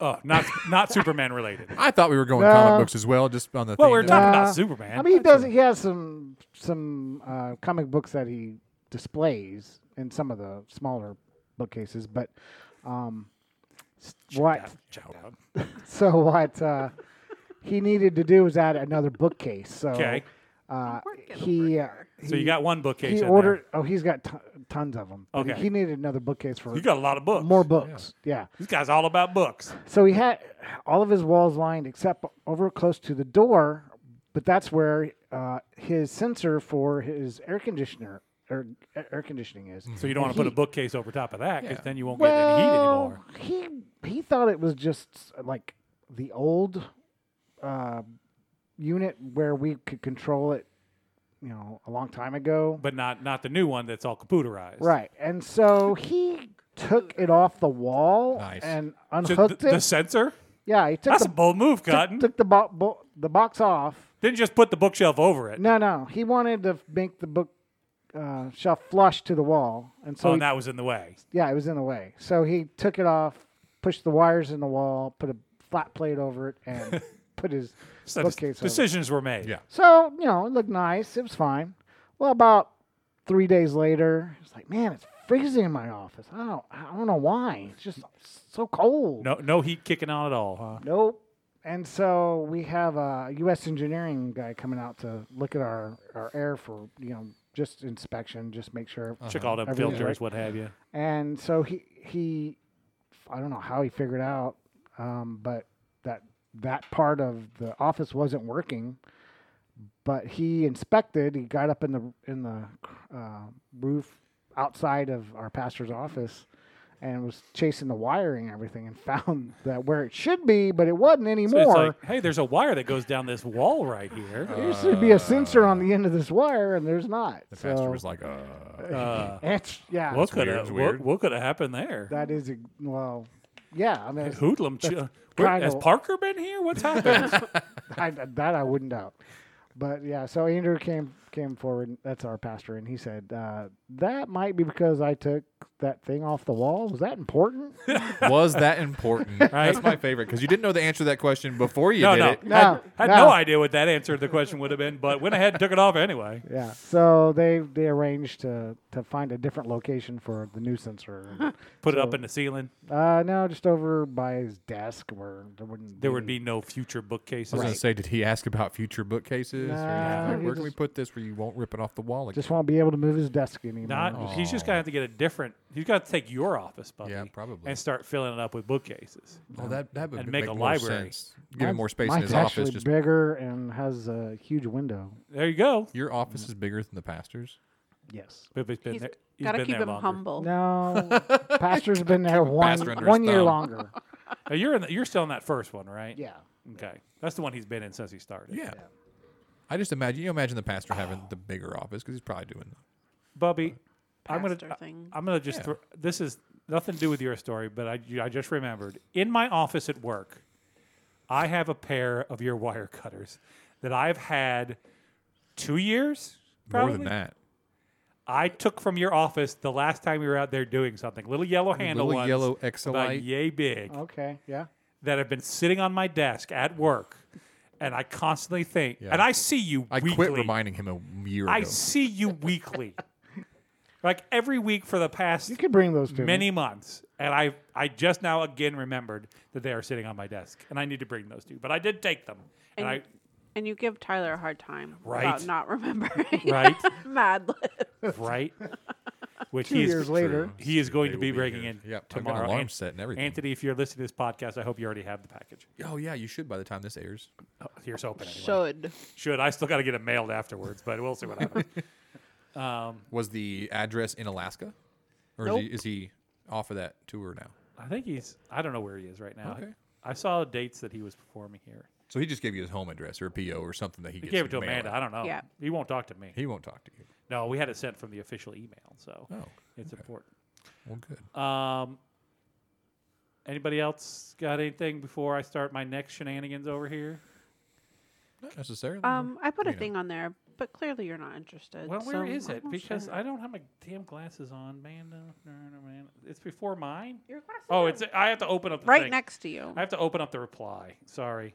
Speaker 1: Oh, not not Superman related.
Speaker 2: I thought we were going
Speaker 3: No.
Speaker 2: comic books as well, just on the.
Speaker 1: Well,
Speaker 2: theme
Speaker 1: we were
Speaker 2: that-
Speaker 1: talking
Speaker 3: Uh,
Speaker 1: about Superman.
Speaker 3: I mean, he does. He has some some uh, comic books that he displays in some of the smaller bookcases, but um, s- what?
Speaker 1: Check it out.
Speaker 3: So what? Uh, he needed to do was add another bookcase. So
Speaker 1: Okay.
Speaker 3: uh,
Speaker 4: Work it over
Speaker 3: he, uh, he
Speaker 1: So you got one bookcase.
Speaker 3: he
Speaker 1: in
Speaker 3: ordered. Oh, he's got t- tons of them.
Speaker 1: Okay.
Speaker 3: He needed another bookcase for
Speaker 1: There. You got a lot of books.
Speaker 3: more books. yeah.
Speaker 1: This guy's all about books.
Speaker 3: So he had all of his walls lined except over close to the door, but that's where uh, his sensor for his air conditioner or a- air conditioning is.
Speaker 1: So you don't want to put a
Speaker 3: Heat.
Speaker 1: bookcase over top of that because
Speaker 2: Yeah.
Speaker 1: then you won't get any heat
Speaker 3: Well,
Speaker 1: anymore.
Speaker 3: he he thought it was just like the old uh, unit where we could control it, you know, a long time ago.
Speaker 1: But not not the new one that's all computerized.
Speaker 3: Right, and so he took it off the wall
Speaker 2: Nice.
Speaker 3: and
Speaker 1: So
Speaker 3: unhooked
Speaker 1: th- the
Speaker 3: it.
Speaker 1: sensor?
Speaker 3: Yeah, he took
Speaker 1: That's
Speaker 3: the
Speaker 1: a bold move,
Speaker 3: took,
Speaker 1: Cotton.
Speaker 3: took the bo- bo- the box off.
Speaker 1: Didn't just put the bookshelf over it.
Speaker 3: No, no. He wanted to make the book uh, shelf flush to the wall, and so
Speaker 1: oh,
Speaker 3: he-
Speaker 1: and that was in the way.
Speaker 3: yeah, it was in the way. So he took it off, pushed the wires in the wall, put a flat plate over it, and put his
Speaker 1: So
Speaker 3: bookcase over. it.
Speaker 1: decisions were made.
Speaker 2: Yeah.
Speaker 3: So you know, it looked nice. It was fine. Well, about three days later, it's like, man, it's freezing in my office. I don't, I don't know why. It's just so cold.
Speaker 1: No, no heat kicking on at all,
Speaker 3: Uh-huh.
Speaker 1: huh?
Speaker 3: Nope. And so we have a U.S. engineering guy coming out to look at our, our air for, you know, just inspection, just make sure.
Speaker 2: Uh-huh.
Speaker 1: Check all them
Speaker 3: Everything's
Speaker 1: filters,
Speaker 3: right.
Speaker 1: what have you.
Speaker 3: And so he, he, I don't know how he figured out, um, but that, that part of the office wasn't working. But he inspected, he got up in the, in the uh, roof outside of our pastor's office and was chasing the wiring and everything and found that where it should be, but it wasn't
Speaker 1: So
Speaker 3: anymore.
Speaker 1: it's like, hey, there's a wire that goes down this wall right
Speaker 2: Oh,
Speaker 1: here.
Speaker 3: There should be a sensor on the end of this wire, and there's not.
Speaker 2: The
Speaker 3: so
Speaker 2: pastor was like, uh,
Speaker 1: Uh,
Speaker 3: it's yeah.
Speaker 1: what could
Speaker 2: weird,
Speaker 1: have
Speaker 2: it's
Speaker 1: what,
Speaker 2: weird.
Speaker 1: what could have happened there?
Speaker 3: That is a, well, yeah, I mean, it's-
Speaker 1: Hoodlum. Ch- where- has
Speaker 3: kinda-
Speaker 1: Parker been here? What's happened?
Speaker 3: I, that I wouldn't doubt. But yeah, so Andrew came came forward. That's our pastor, and he said uh, that might be because I took that thing off the wall. Was that important?
Speaker 2: Was that important? That's my favorite because you didn't know the answer to that question before you
Speaker 1: no,
Speaker 2: did
Speaker 1: no.
Speaker 2: it.
Speaker 1: I had,
Speaker 3: No,
Speaker 1: had
Speaker 3: no.
Speaker 1: no idea what that answer to the question would have been, but went ahead and took it off anyway.
Speaker 3: yeah. So they they arranged to to find a different location for the new sensor.
Speaker 1: Put it up in the ceiling.
Speaker 3: uh, no, just over by his desk where there wouldn't
Speaker 1: There
Speaker 2: Mm.
Speaker 1: would be no future bookcases.
Speaker 2: I was gonna say, did he ask about future bookcases? or
Speaker 3: Nah,
Speaker 2: anything?
Speaker 3: he
Speaker 2: Where can we
Speaker 3: just-
Speaker 2: put this where you won't rip it off the wall again?
Speaker 3: just won't be able to move his desk anymore.
Speaker 1: Not. He's just gonna have to get a different. He's got to take your office, buddy.
Speaker 2: Yeah, probably.
Speaker 1: And start filling it up with bookcases.
Speaker 2: oh, that that would
Speaker 1: and
Speaker 2: make,
Speaker 1: make a
Speaker 2: more
Speaker 1: library.
Speaker 2: sense. Give him
Speaker 3: Mine's-
Speaker 2: more space in
Speaker 3: mine's
Speaker 2: his office.
Speaker 3: actually
Speaker 2: Just
Speaker 3: bigger and has a huge window.
Speaker 1: There you go.
Speaker 2: your office is bigger than the pastor's.
Speaker 3: Yes.
Speaker 1: But he's been
Speaker 4: He's
Speaker 1: there. he's
Speaker 4: gotta
Speaker 1: been
Speaker 4: keep
Speaker 1: there
Speaker 4: him
Speaker 1: longer.
Speaker 4: humble.
Speaker 3: No, pastor's been there one
Speaker 2: pastor under his
Speaker 3: one year
Speaker 2: thumb.
Speaker 3: longer.
Speaker 1: Now, Oh, you're in the, you're still in that first one, right?
Speaker 3: Yeah.
Speaker 1: Okay, that's the one he's been in since he started.
Speaker 2: Yeah. I just imagine you imagine the pastor having the bigger office because he's probably doing.
Speaker 1: Bubby, I'm gonna
Speaker 4: Pastor
Speaker 1: I-
Speaker 4: thing.
Speaker 1: I'm gonna just
Speaker 2: Yeah.
Speaker 1: thro- this is nothing to do with your story, but I I just remembered in my office at work, I have a pair of your wire cutters that I've had two years.
Speaker 2: More
Speaker 1: Probably.
Speaker 2: than that,
Speaker 1: I took from your office the last time you were out there doing something. Little yellow handle
Speaker 2: little
Speaker 1: ones,
Speaker 2: yellow
Speaker 1: about
Speaker 2: Exolite.
Speaker 1: yay big.
Speaker 3: Okay. Yeah.
Speaker 1: that have been sitting on my desk at work, and I constantly think,
Speaker 2: Yeah.
Speaker 1: and I see you
Speaker 2: I
Speaker 1: weekly.
Speaker 2: quit reminding him a year
Speaker 1: I
Speaker 2: ago.
Speaker 1: see you weekly, like every week for the past
Speaker 3: You could bring those to me.
Speaker 1: many months, and I I just now again remembered that they are sitting on my desk, and I need to bring those to you. But I did take them, and,
Speaker 4: And, and you give Tyler a hard time
Speaker 1: Right.
Speaker 4: about not remembering.
Speaker 1: Right.
Speaker 4: Mad lib.
Speaker 1: I right, which
Speaker 3: Two
Speaker 1: he is,
Speaker 3: years later.
Speaker 1: he is going
Speaker 2: They
Speaker 1: to
Speaker 2: will
Speaker 1: be
Speaker 2: be
Speaker 1: breaking
Speaker 2: here.
Speaker 1: in
Speaker 2: Yep, I've got an
Speaker 1: tomorrow.
Speaker 2: alarm
Speaker 1: Ant-
Speaker 2: set and everything.
Speaker 1: Anthony, if you're listening to this podcast, I hope you already have the package.
Speaker 2: Oh yeah, you should by the time this airs.
Speaker 1: Oh, here's hoping. Anyway.
Speaker 4: Should.
Speaker 1: Should I still got to get it mailed afterwards? But we'll see what happens.
Speaker 2: Was the address in Alaska, or
Speaker 4: Nope.
Speaker 2: is, he, is he off of that tour now?
Speaker 1: I think he's. I don't know where he is right now.
Speaker 2: Okay.
Speaker 1: I saw dates that he was performing here.
Speaker 2: So he just gave you his home address or a PO or something that he,
Speaker 1: He
Speaker 2: gets
Speaker 1: gave it to
Speaker 2: mail
Speaker 1: Amanda.
Speaker 2: at.
Speaker 1: I don't know.
Speaker 4: Yeah.
Speaker 1: He won't talk to me.
Speaker 2: He won't talk to you.
Speaker 1: No, we had it sent from the official email, so
Speaker 2: Oh,
Speaker 1: it's important.
Speaker 2: well, good.
Speaker 1: Um, anybody else got anything before I start my next shenanigans over here?
Speaker 2: Not necessarily.
Speaker 4: Um, I put a
Speaker 2: You know.
Speaker 4: thing on there, but clearly you're not interested.
Speaker 1: Well,
Speaker 4: so
Speaker 1: where is
Speaker 4: I'm
Speaker 1: it?
Speaker 4: not
Speaker 1: Because
Speaker 4: sure.
Speaker 1: I don't have my damn glasses on, man. No, no, no, man. It's before mine.
Speaker 4: Your glasses
Speaker 1: Oh,
Speaker 4: are
Speaker 1: it's. I have to open up the
Speaker 4: right
Speaker 1: thing.
Speaker 4: next to you.
Speaker 1: I have to open up the reply. Sorry.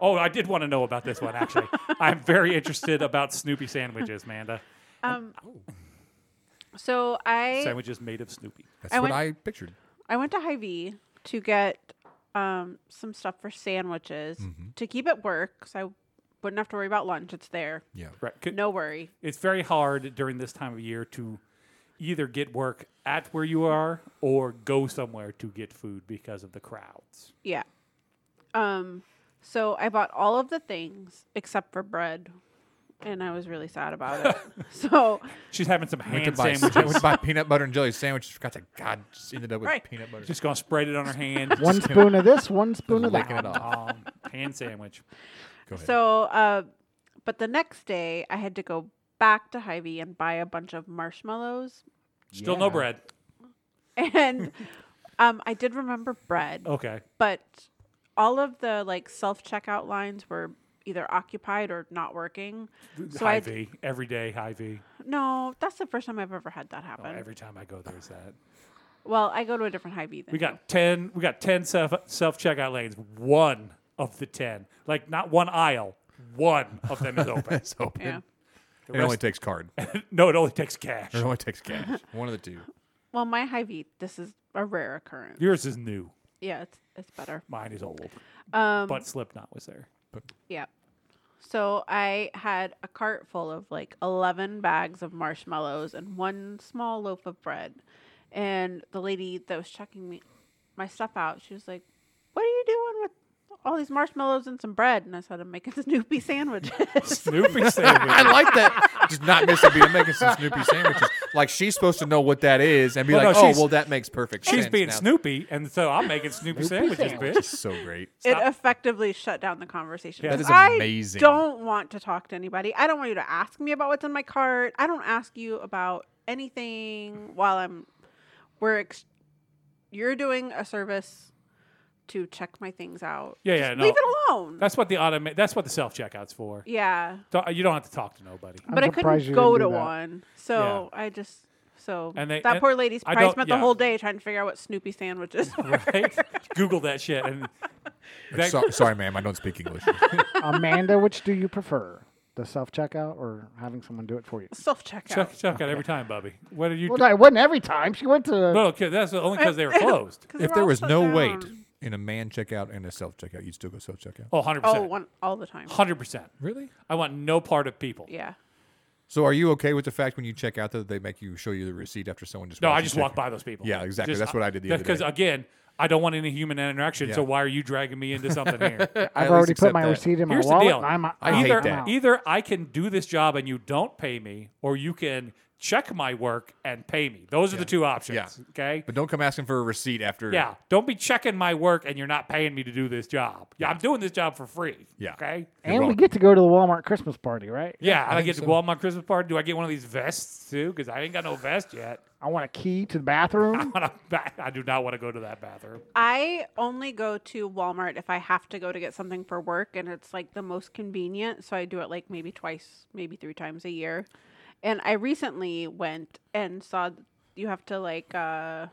Speaker 1: Oh, I did want to know about this one actually. I'm very interested about Snoopy sandwiches, Manda.
Speaker 4: Um, so I
Speaker 1: Sandwiches made of Snoopy.
Speaker 2: That's
Speaker 4: I
Speaker 2: what
Speaker 4: went-
Speaker 2: I pictured.
Speaker 4: I went to Hy-Vee to get um, some stuff for sandwiches
Speaker 1: Mm-hmm.
Speaker 4: to keep at work, so I wouldn't have to worry about lunch. It's there,
Speaker 2: Yeah.
Speaker 1: Right. C-
Speaker 4: no worry.
Speaker 1: It's very hard during this time of year to either get work at where you are or go somewhere to get food because of the crowds.
Speaker 4: Yeah. Um, so I bought all of the things except for bread, and I was really sad about it. so
Speaker 1: She's having some hand
Speaker 2: buy, I went
Speaker 1: sandwiches.
Speaker 2: to buy peanut butter and jelly sandwiches. Forgot to God, just ended up with
Speaker 4: Right.
Speaker 2: peanut butter.
Speaker 1: Just gonna spread it on her hand.
Speaker 3: One spoon of this, one spoon of
Speaker 2: licking
Speaker 3: that.
Speaker 2: it off.
Speaker 1: um, hand sandwich.
Speaker 2: Go ahead.
Speaker 4: So, uh, but the next day I had to go back to Hy-Vee and buy a bunch of marshmallows,
Speaker 1: Still no
Speaker 3: Yeah.
Speaker 1: bread.
Speaker 4: and um, I did remember bread,
Speaker 1: Okay.
Speaker 4: but all of the like self checkout lines were either occupied or not working. So I
Speaker 1: high V. Every day high V.
Speaker 4: no, that's the first time I've ever had that
Speaker 1: Oh,
Speaker 4: happen.
Speaker 1: every time I go there's that.
Speaker 4: well, I go to a different Hy-Vee. Than
Speaker 1: We
Speaker 4: you.
Speaker 1: got ten. We got ten self self checkout lanes. One of the ten, like not one aisle. One of them is open.
Speaker 2: It's open.
Speaker 4: yeah.
Speaker 2: It only takes card. It
Speaker 1: no, it only takes cash.
Speaker 2: only takes cash. One of the two.
Speaker 4: Well, my Hy-Vee, this is a rare occurrence.
Speaker 1: Yours is new.
Speaker 4: Yeah, it's it's better.
Speaker 1: Mine is old.
Speaker 4: Um,
Speaker 1: But Slipknot was there.
Speaker 4: Yeah. So I had a cart full of like 11 bags of marshmallows and one small loaf of bread. And the lady that was checking me my stuff out, she was like, "What are you doing with all these marshmallows and some bread?" And I said, "I'm making Snoopy sandwiches."
Speaker 1: Snoopy sandwich.
Speaker 2: I like that. Just not missing being making some Snoopy sandwiches. Like she's supposed to know what that is and be
Speaker 1: Well,
Speaker 2: like,
Speaker 1: no,
Speaker 2: oh,
Speaker 1: she's-
Speaker 2: well, that makes perfect sense.
Speaker 1: She's being
Speaker 2: now. Oh,
Speaker 1: Snoopy, and so I'm making Snoopy sandwiches, bitch.
Speaker 2: So great.
Speaker 4: it
Speaker 1: Stop.
Speaker 4: effectively shut down the conversation.
Speaker 1: Yeah.
Speaker 2: That
Speaker 4: 'Cause
Speaker 2: is amazing.
Speaker 4: I don't want to talk to anybody. I don't want you to ask me about what's in my cart. I don't ask you about anything while I'm we're ex- you're doing a service to check my things out.
Speaker 1: Yeah, yeah,
Speaker 4: Just
Speaker 1: no.
Speaker 4: Leave it alone.
Speaker 1: That's what the automa- That's what the self checkout's for.
Speaker 4: yeah.
Speaker 1: So You don't have to talk to nobody.
Speaker 4: but I
Speaker 3: surprised
Speaker 4: couldn't
Speaker 3: you
Speaker 4: go
Speaker 3: didn't
Speaker 4: to
Speaker 3: do that.
Speaker 4: one. So I just so
Speaker 1: And they-
Speaker 4: that
Speaker 1: and
Speaker 4: poor lady's
Speaker 1: I
Speaker 4: probably
Speaker 1: don't-
Speaker 4: spent
Speaker 1: yeah.
Speaker 4: the whole day trying to figure out what Snoopy sandwiches were.
Speaker 1: Right? Google that shit. And that,
Speaker 2: So- sorry, ma'am, I don't speak English.
Speaker 3: Amanda, which do you prefer? The self checkout or having someone do it for you?
Speaker 4: Self checkout.
Speaker 1: check check out every time, Bubby. What are you?
Speaker 3: Well, no, it wasn't every time. She went to.
Speaker 1: no, okay, that's only because they were closed.
Speaker 2: if there was no wait in a man checkout and a self checkout, you'd still go self checkout.
Speaker 1: Oh, 100
Speaker 4: Oh,
Speaker 1: percent.
Speaker 4: one all the time.
Speaker 1: Hundred percent.
Speaker 2: Really?
Speaker 1: I want no part of people.
Speaker 4: Yeah.
Speaker 2: So are you okay with the fact when you check out that they make you show you the receipt after someone just?
Speaker 1: No,
Speaker 2: watched
Speaker 1: I
Speaker 2: you
Speaker 1: just
Speaker 2: check
Speaker 1: walk
Speaker 2: out?
Speaker 1: by those people.
Speaker 2: Yeah, exactly. That's what I did the other
Speaker 1: Because
Speaker 2: day.
Speaker 1: again, I don't want any human interaction. So
Speaker 2: Yeah.
Speaker 1: why are you dragging me into something here?
Speaker 2: I
Speaker 3: I've
Speaker 2: at least
Speaker 3: already put
Speaker 2: accept
Speaker 3: my
Speaker 2: that.
Speaker 3: receipt in my
Speaker 1: Here's the
Speaker 3: wallet.
Speaker 1: deal.
Speaker 3: and I'm, I,
Speaker 2: I hate
Speaker 1: either,
Speaker 2: that.
Speaker 3: Either,
Speaker 1: either I can do this job and you don't pay me, or you can check my work and pay me. Those are the two options.
Speaker 2: Yeah.
Speaker 1: Okay.
Speaker 2: But don't come asking for a receipt after.
Speaker 1: Yeah. Don't be checking my work and you're not paying me to do this job. Yeah, I'm doing this job for free.
Speaker 2: Yeah.
Speaker 1: Okay.
Speaker 2: You're
Speaker 3: and we
Speaker 2: welcome.
Speaker 3: get to go to the Walmart Christmas party, right?
Speaker 1: Yeah,
Speaker 2: I
Speaker 1: I,
Speaker 2: think
Speaker 1: get to
Speaker 2: so.
Speaker 1: go on my Christmas party. Do I get one of these vests too? Because I ain't got no vest yet.
Speaker 3: I want a key to the bathroom.
Speaker 1: But I'm- I do not want to go to that bathroom.
Speaker 4: I only go to Walmart if I have to go to get something for work and it's like the most convenient. So I do it like maybe twice, maybe three times a year. And I recently went and saw th- you have to like uh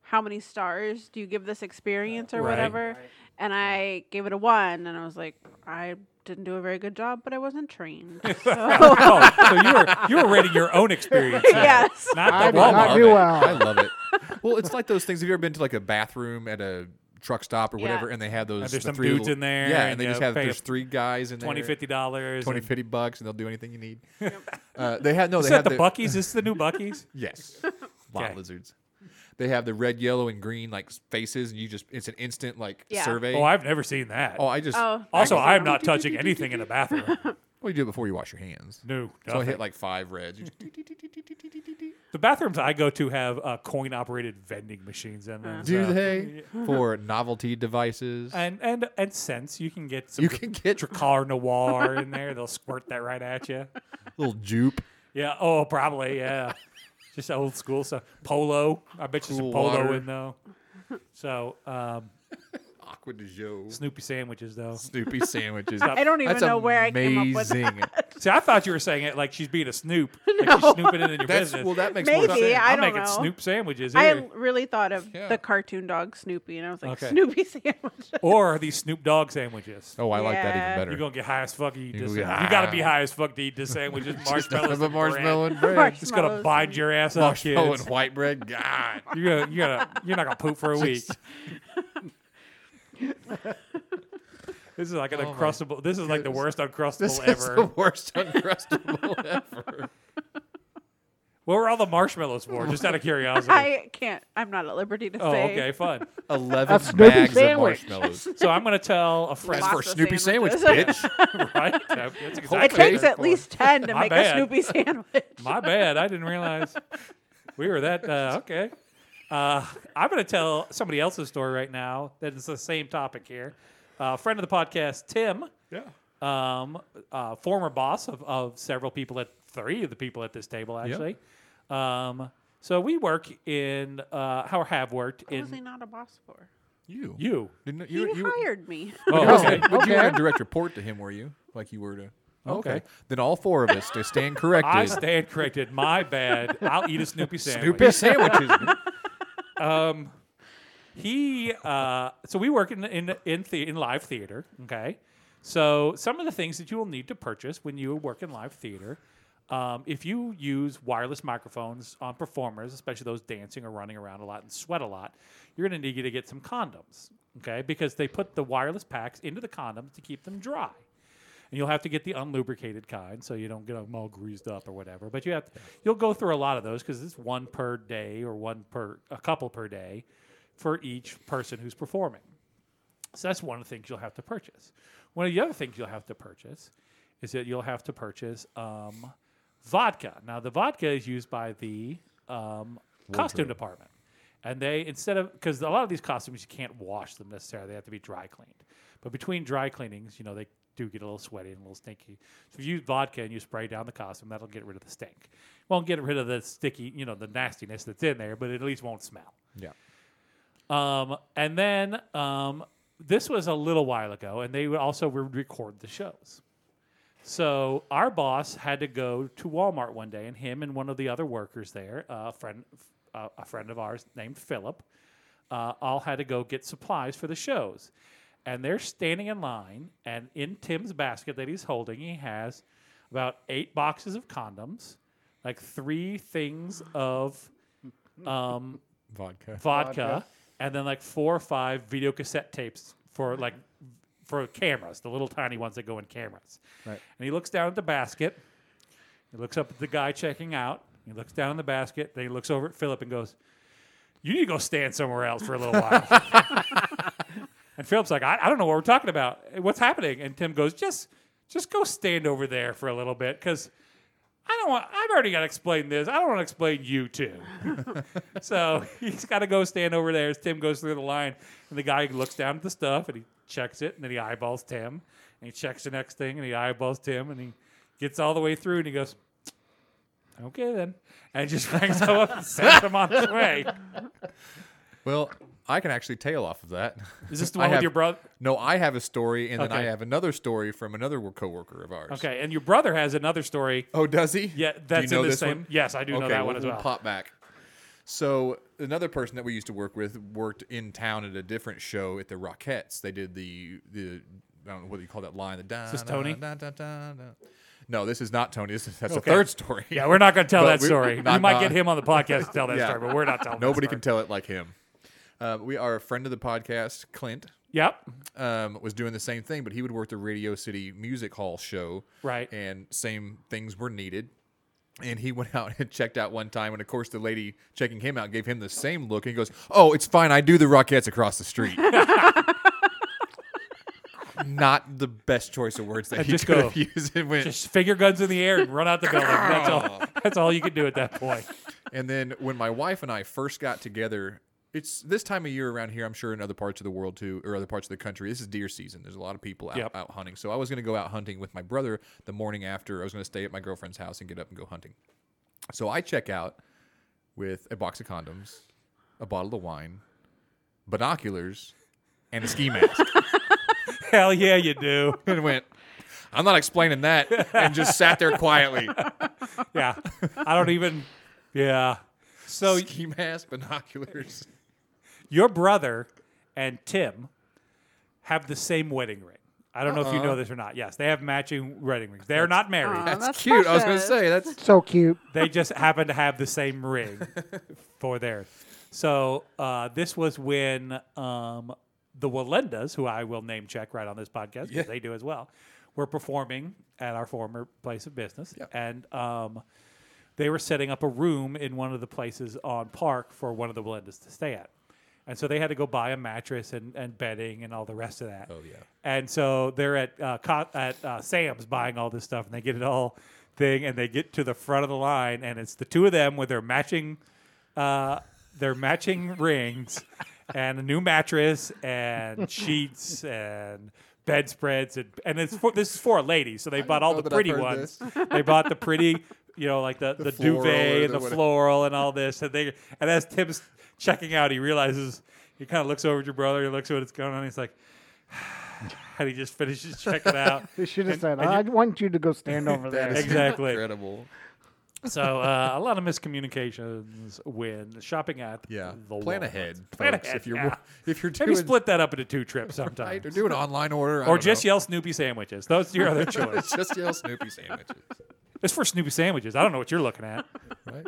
Speaker 4: how many stars do you give this experience or
Speaker 1: Right.
Speaker 4: whatever? And I gave it a one and I was like, I didn't do a very good job, but I wasn't trained. So
Speaker 1: Oh, so you were you were rating your own experience. there,
Speaker 4: Yes.
Speaker 1: Not
Speaker 3: I
Speaker 1: the
Speaker 3: did not
Speaker 1: Walmart.
Speaker 3: do
Speaker 2: it.
Speaker 3: well.
Speaker 2: I love it. Well, it's like those things. Have you ever been to like a bathroom at a truck stop or
Speaker 4: Yeah.
Speaker 2: whatever, and they have those?
Speaker 1: And there's
Speaker 2: the
Speaker 1: some
Speaker 2: three
Speaker 1: dudes
Speaker 2: little-
Speaker 1: in there,
Speaker 2: Yeah,
Speaker 1: and
Speaker 2: and they
Speaker 1: you
Speaker 2: just have
Speaker 1: pay
Speaker 2: there's three guys in
Speaker 1: Twenty
Speaker 2: there.
Speaker 1: fifty dollars.
Speaker 2: 20, 50 bucks, and they'll do anything you need. Uh, they had no.
Speaker 1: Is
Speaker 2: They
Speaker 1: that
Speaker 2: had
Speaker 1: the
Speaker 2: their-
Speaker 1: Buckies? Is this the new Buckies?
Speaker 2: Yes. Lot
Speaker 1: Okay.
Speaker 2: of lizards. They have the red, yellow, and green like faces, and you just it's an instant like
Speaker 4: Yeah.
Speaker 2: survey.
Speaker 1: Oh, I've never seen that.
Speaker 2: Oh, I just
Speaker 4: Oh.
Speaker 1: also,
Speaker 4: I-
Speaker 1: I am not touching anything in a bathroom.
Speaker 2: well, you do it before you wash your hands.
Speaker 1: No,
Speaker 2: So I
Speaker 1: nothing.
Speaker 2: hit like five reds. You just-
Speaker 1: The bathrooms I go to have uh, coin operated vending machines in them.
Speaker 2: do
Speaker 1: so-
Speaker 2: they for novelty devices?
Speaker 1: And and and cents you can get some
Speaker 2: you can get your
Speaker 1: Dracar Noir in there. They'll squirt that right at you.
Speaker 2: little jupe.
Speaker 1: Yeah. Oh, probably. Yeah. Just old school stuff. Polo. I bet you some
Speaker 2: Cool
Speaker 1: polo
Speaker 2: water.
Speaker 1: in though. So um,
Speaker 2: Aqua de Joe.
Speaker 1: Snoopy sandwiches though.
Speaker 2: Snoopy sandwiches.
Speaker 4: I don't even
Speaker 2: That's
Speaker 4: know where I came up with that.
Speaker 2: amazing.
Speaker 1: See, I thought you were saying it like she's being a snoop, like she's snooping into your
Speaker 2: That's
Speaker 1: business.
Speaker 2: well, that makes more
Speaker 4: Maybe,
Speaker 2: sense.
Speaker 4: I
Speaker 1: am
Speaker 4: don't
Speaker 1: making
Speaker 4: know.
Speaker 1: Snoop sandwiches
Speaker 4: I
Speaker 1: here.
Speaker 4: really thought of
Speaker 2: Yeah.
Speaker 4: the cartoon dog Snoopy and I was like,
Speaker 1: Okay.
Speaker 4: Snoopy sandwich.
Speaker 1: or these Snoop Dogg sandwiches.
Speaker 2: Oh, I like that
Speaker 4: Yeah.
Speaker 2: even better.
Speaker 1: You're gonna get high as fuck. to Eat
Speaker 2: You're
Speaker 1: this.
Speaker 2: gonna get
Speaker 1: You gotta be
Speaker 2: high.
Speaker 1: high as fuck to eat this sandwich. Just
Speaker 2: Nothing
Speaker 1: marshmallows, and
Speaker 2: but
Speaker 1: bread.
Speaker 2: marshmallow and bread.
Speaker 4: Marshmallows.
Speaker 1: It's gonna bind your ass up,
Speaker 2: Marshmallow and
Speaker 1: kids.
Speaker 2: white bread. God.
Speaker 1: You're gonna, you're gonna, you're not gonna poop for a week. this is like an
Speaker 2: Oh my
Speaker 1: uncrustable. This is like the worst uncrustable
Speaker 2: This is
Speaker 1: ever.
Speaker 2: the worst uncrustable ever.
Speaker 1: What were all the marshmallows for? Just out of curiosity.
Speaker 4: I can't. I'm not at liberty to
Speaker 1: oh,
Speaker 4: say.
Speaker 1: okay, fun.
Speaker 2: Eleven
Speaker 3: Snoopy
Speaker 2: bags of
Speaker 3: sandwich.
Speaker 2: marshmallows.
Speaker 1: So I'm gonna tell a friend.
Speaker 2: That's for
Speaker 4: Lots of
Speaker 2: Snoopy sandwich,
Speaker 4: sandwiches.
Speaker 2: bitch.
Speaker 1: right? That- That's exactly
Speaker 4: It
Speaker 1: what they're
Speaker 4: takes at
Speaker 1: for.
Speaker 4: least ten to
Speaker 1: My
Speaker 4: make
Speaker 1: bad.
Speaker 4: a Snoopy sandwich.
Speaker 1: My bad. I didn't realize we were that. Uh, okay. Uh, I'm going to tell somebody else's story right now that is the same topic here. Uh, friend of the podcast, Tim,
Speaker 2: Yeah.
Speaker 1: um, uh, former boss of, of several people at three of the people at this table, actually. Um, so we work in, uh, or have worked
Speaker 4: What was he
Speaker 1: in
Speaker 4: not a boss for?
Speaker 2: You.
Speaker 1: you.
Speaker 2: Didn't
Speaker 4: He
Speaker 2: you, you,
Speaker 4: hired me.
Speaker 1: Oh, okay. Oh,
Speaker 2: But you
Speaker 3: Okay.
Speaker 2: weren't a direct report to him, were you? Like you were to. Okay.
Speaker 1: Okay.
Speaker 2: Then all four of us to stand corrected.
Speaker 1: I stand corrected. My bad. I'll eat a Snoopy sandwich.
Speaker 2: Snoopy sandwiches.
Speaker 1: he uh, so we work in in in, the, in live theater okay so some of the things that you will need to purchase when you work in live theater um, if you use wireless microphones on performers especially those dancing or running around a lot and sweat a lot you're going to need to get some condoms okay because they put the wireless packs into the condoms to keep them dry and you'll have to get the unlubricated kind so you don't get them all greased up or whatever but you have to, you'll go through a lot of those because it's one per day or one per a couple per day for each person who's performing so that's one of the things you'll have to purchase one of the other things you'll have to purchase is that you'll have to purchase um, vodka now the vodka is used by the um, costume department and they instead of because a lot of these costumes you can't wash them necessarily; they have to be dry cleaned. But between dry cleanings, you know they do get a little sweaty and a little stinky. So if you use vodka and you spray down the costume, that'll get rid of the stink. Won't get rid of the sticky, you know, the nastiness that's in there, but it at least won't smell.
Speaker 2: yeah.
Speaker 1: Um, and then um, this was a little while ago, and they would also would record the shows. So our boss had to go to Walmart one day, and him and one of the other workers there, a friend, uh, a friend of ours named Philip, uh, all had to go get supplies for the shows. And they're standing in line, and in Tim's basket that he's holding, he has about eight boxes of condoms, like three things of um,
Speaker 2: Vodka.
Speaker 1: vodka,
Speaker 3: Vodka.
Speaker 1: and then like four or five video cassette tapes for like for cameras, the little tiny ones that go in cameras.
Speaker 3: Right.
Speaker 1: And he looks down at the basket. He looks up at the guy checking out. He looks down in the basket. Then he looks over at Philip and goes, "You need to go stand somewhere else for a little while." and Philip's like, I, "I don't know what we're talking about. What's happening?" And Tim goes, "Just, just go stand over there for a little bit because." I don't want. I've already got to explain this. I don't want to explain you too. So he's got to go stand over there as Tim goes through the line. And the guy looks down at the stuff and he checks it and then he eyeballs Tim. And he checks the next thing and he eyeballs Tim and he gets all the way through and he goes, okay then. And just hangs him up and sends him on his way.
Speaker 2: Well, I can actually tail off of that.
Speaker 1: Is this the
Speaker 2: I
Speaker 1: one with
Speaker 2: have-
Speaker 1: your brother?
Speaker 2: No, I have a story, and then I
Speaker 1: Okay.
Speaker 2: have another story from another wo- coworker of ours.
Speaker 1: Okay. And your brother has another story.
Speaker 2: Oh, does he?
Speaker 1: Yeah,
Speaker 2: Do you
Speaker 1: that's
Speaker 2: know
Speaker 1: in the
Speaker 2: this
Speaker 1: same.
Speaker 2: one?
Speaker 1: Yes, I do know that
Speaker 2: we'll-
Speaker 1: one as
Speaker 2: we'll
Speaker 1: well.
Speaker 2: Pop back. So another person that we used to work with worked in town at a different show at the Rockettes. They did the the I don't know what do you call that line. The da,
Speaker 1: this
Speaker 2: da,
Speaker 1: Tony?
Speaker 2: da, da, da, da. No, this is not Tony. This is, that's
Speaker 1: Okay.
Speaker 2: a third story.
Speaker 1: Yeah, we're not going to tell
Speaker 2: But
Speaker 1: that
Speaker 2: we-
Speaker 1: story.
Speaker 2: not-
Speaker 1: we might
Speaker 2: not-
Speaker 1: get him on the podcast to tell that
Speaker 2: Yeah.
Speaker 1: story, but we're not telling.
Speaker 2: Nobody
Speaker 1: that
Speaker 2: can
Speaker 1: story.
Speaker 2: tell it like him. Uh, we are a friend of the podcast, Clint.
Speaker 1: Yep.
Speaker 2: um, was doing the same thing, but he would work the Radio City Music Hall show.
Speaker 1: Right.
Speaker 2: And same things were needed. And he went out and checked out one time. And of course, the lady checking him out gave him the same look. And he goes, Oh, it's fine. I do the Rockettes across the street. Not the best choice of words that
Speaker 1: And
Speaker 2: he
Speaker 1: just
Speaker 2: could
Speaker 1: go,
Speaker 2: have used. And, went,
Speaker 1: Just finger guns in the air and run out the building. That's all. That's all you can do at that point.
Speaker 2: and then when my wife and I first got together, it's this time of year around here. I'm sure in other parts of the world too, or other parts of the country. This is deer season. There's a lot of people out,
Speaker 1: Yep.
Speaker 2: out hunting. So I was going to go out hunting with my brother the morning after. I was going to stay at my girlfriend's house and get up and go hunting. So I check out with a box of condoms, a bottle of wine, binoculars, and a ski mask,
Speaker 1: Hell yeah, you do.
Speaker 2: and went. I'm not explaining that, and just sat there quietly.
Speaker 1: Yeah. I don't even. Yeah. So
Speaker 2: ski mask, binoculars.
Speaker 1: your brother and Tim have the same wedding ring. I don't know if you know this or not. Yes, they have matching wedding rings. They're not married.
Speaker 4: Aw. Oh,
Speaker 2: that's
Speaker 4: that's
Speaker 2: cute. I was going to
Speaker 4: precious.
Speaker 2: say that's
Speaker 3: So cute.
Speaker 1: They just happen to have the same ring for theirs. So uh, this was when um, the Walendas, who I will name check right on this podcast because
Speaker 2: Yeah.
Speaker 1: they do as well, were performing at our former place of business, and um, they were setting up a room in one of the places on Park for one of the Walendas to stay at. And so they had to go buy a mattress and, and bedding and all the rest of that.
Speaker 2: Oh, yeah.
Speaker 1: And so they're at uh, co- at uh, Sam's buying all this stuff, and they get it all thing, and they get to the front of the line, and it's the two of them with their matching, uh, their matching rings, and a new mattress and sheets and bedspreads, and and it's for, this is for a lady, so they bought all
Speaker 2: know
Speaker 1: the
Speaker 2: that I've
Speaker 1: pretty
Speaker 2: heard
Speaker 1: ones. They bought the pretty, you know, like the the,
Speaker 2: floral or
Speaker 1: duvet and
Speaker 2: the
Speaker 1: the
Speaker 2: whatever.
Speaker 1: floral and all this, and they and as Tim's checking out, he realizes. He kind of looks over at your brother. He looks at what's going on. He's like, and he just finishes checking out.
Speaker 3: They should have
Speaker 1: And-
Speaker 3: said,
Speaker 1: and
Speaker 3: "I want you to go stand over there."
Speaker 1: is- Exactly.
Speaker 2: incredible.
Speaker 1: So uh, a lot of miscommunications when shopping at
Speaker 2: Yeah.
Speaker 1: the
Speaker 2: Plan
Speaker 1: Walmart.
Speaker 2: ahead,
Speaker 1: Plan
Speaker 2: folks.
Speaker 1: ahead,
Speaker 2: if you're
Speaker 1: yeah.
Speaker 2: if you're doing
Speaker 1: Maybe split that up into two trips
Speaker 2: right, or
Speaker 1: sometimes,
Speaker 2: do an online order, I
Speaker 1: or
Speaker 2: don't
Speaker 1: just
Speaker 2: know.
Speaker 1: yell Snoopy sandwiches. Those are your other choice.
Speaker 2: just yell Snoopy sandwiches,
Speaker 1: It's for Snoopy sandwiches. I don't know what you're looking at.
Speaker 2: right?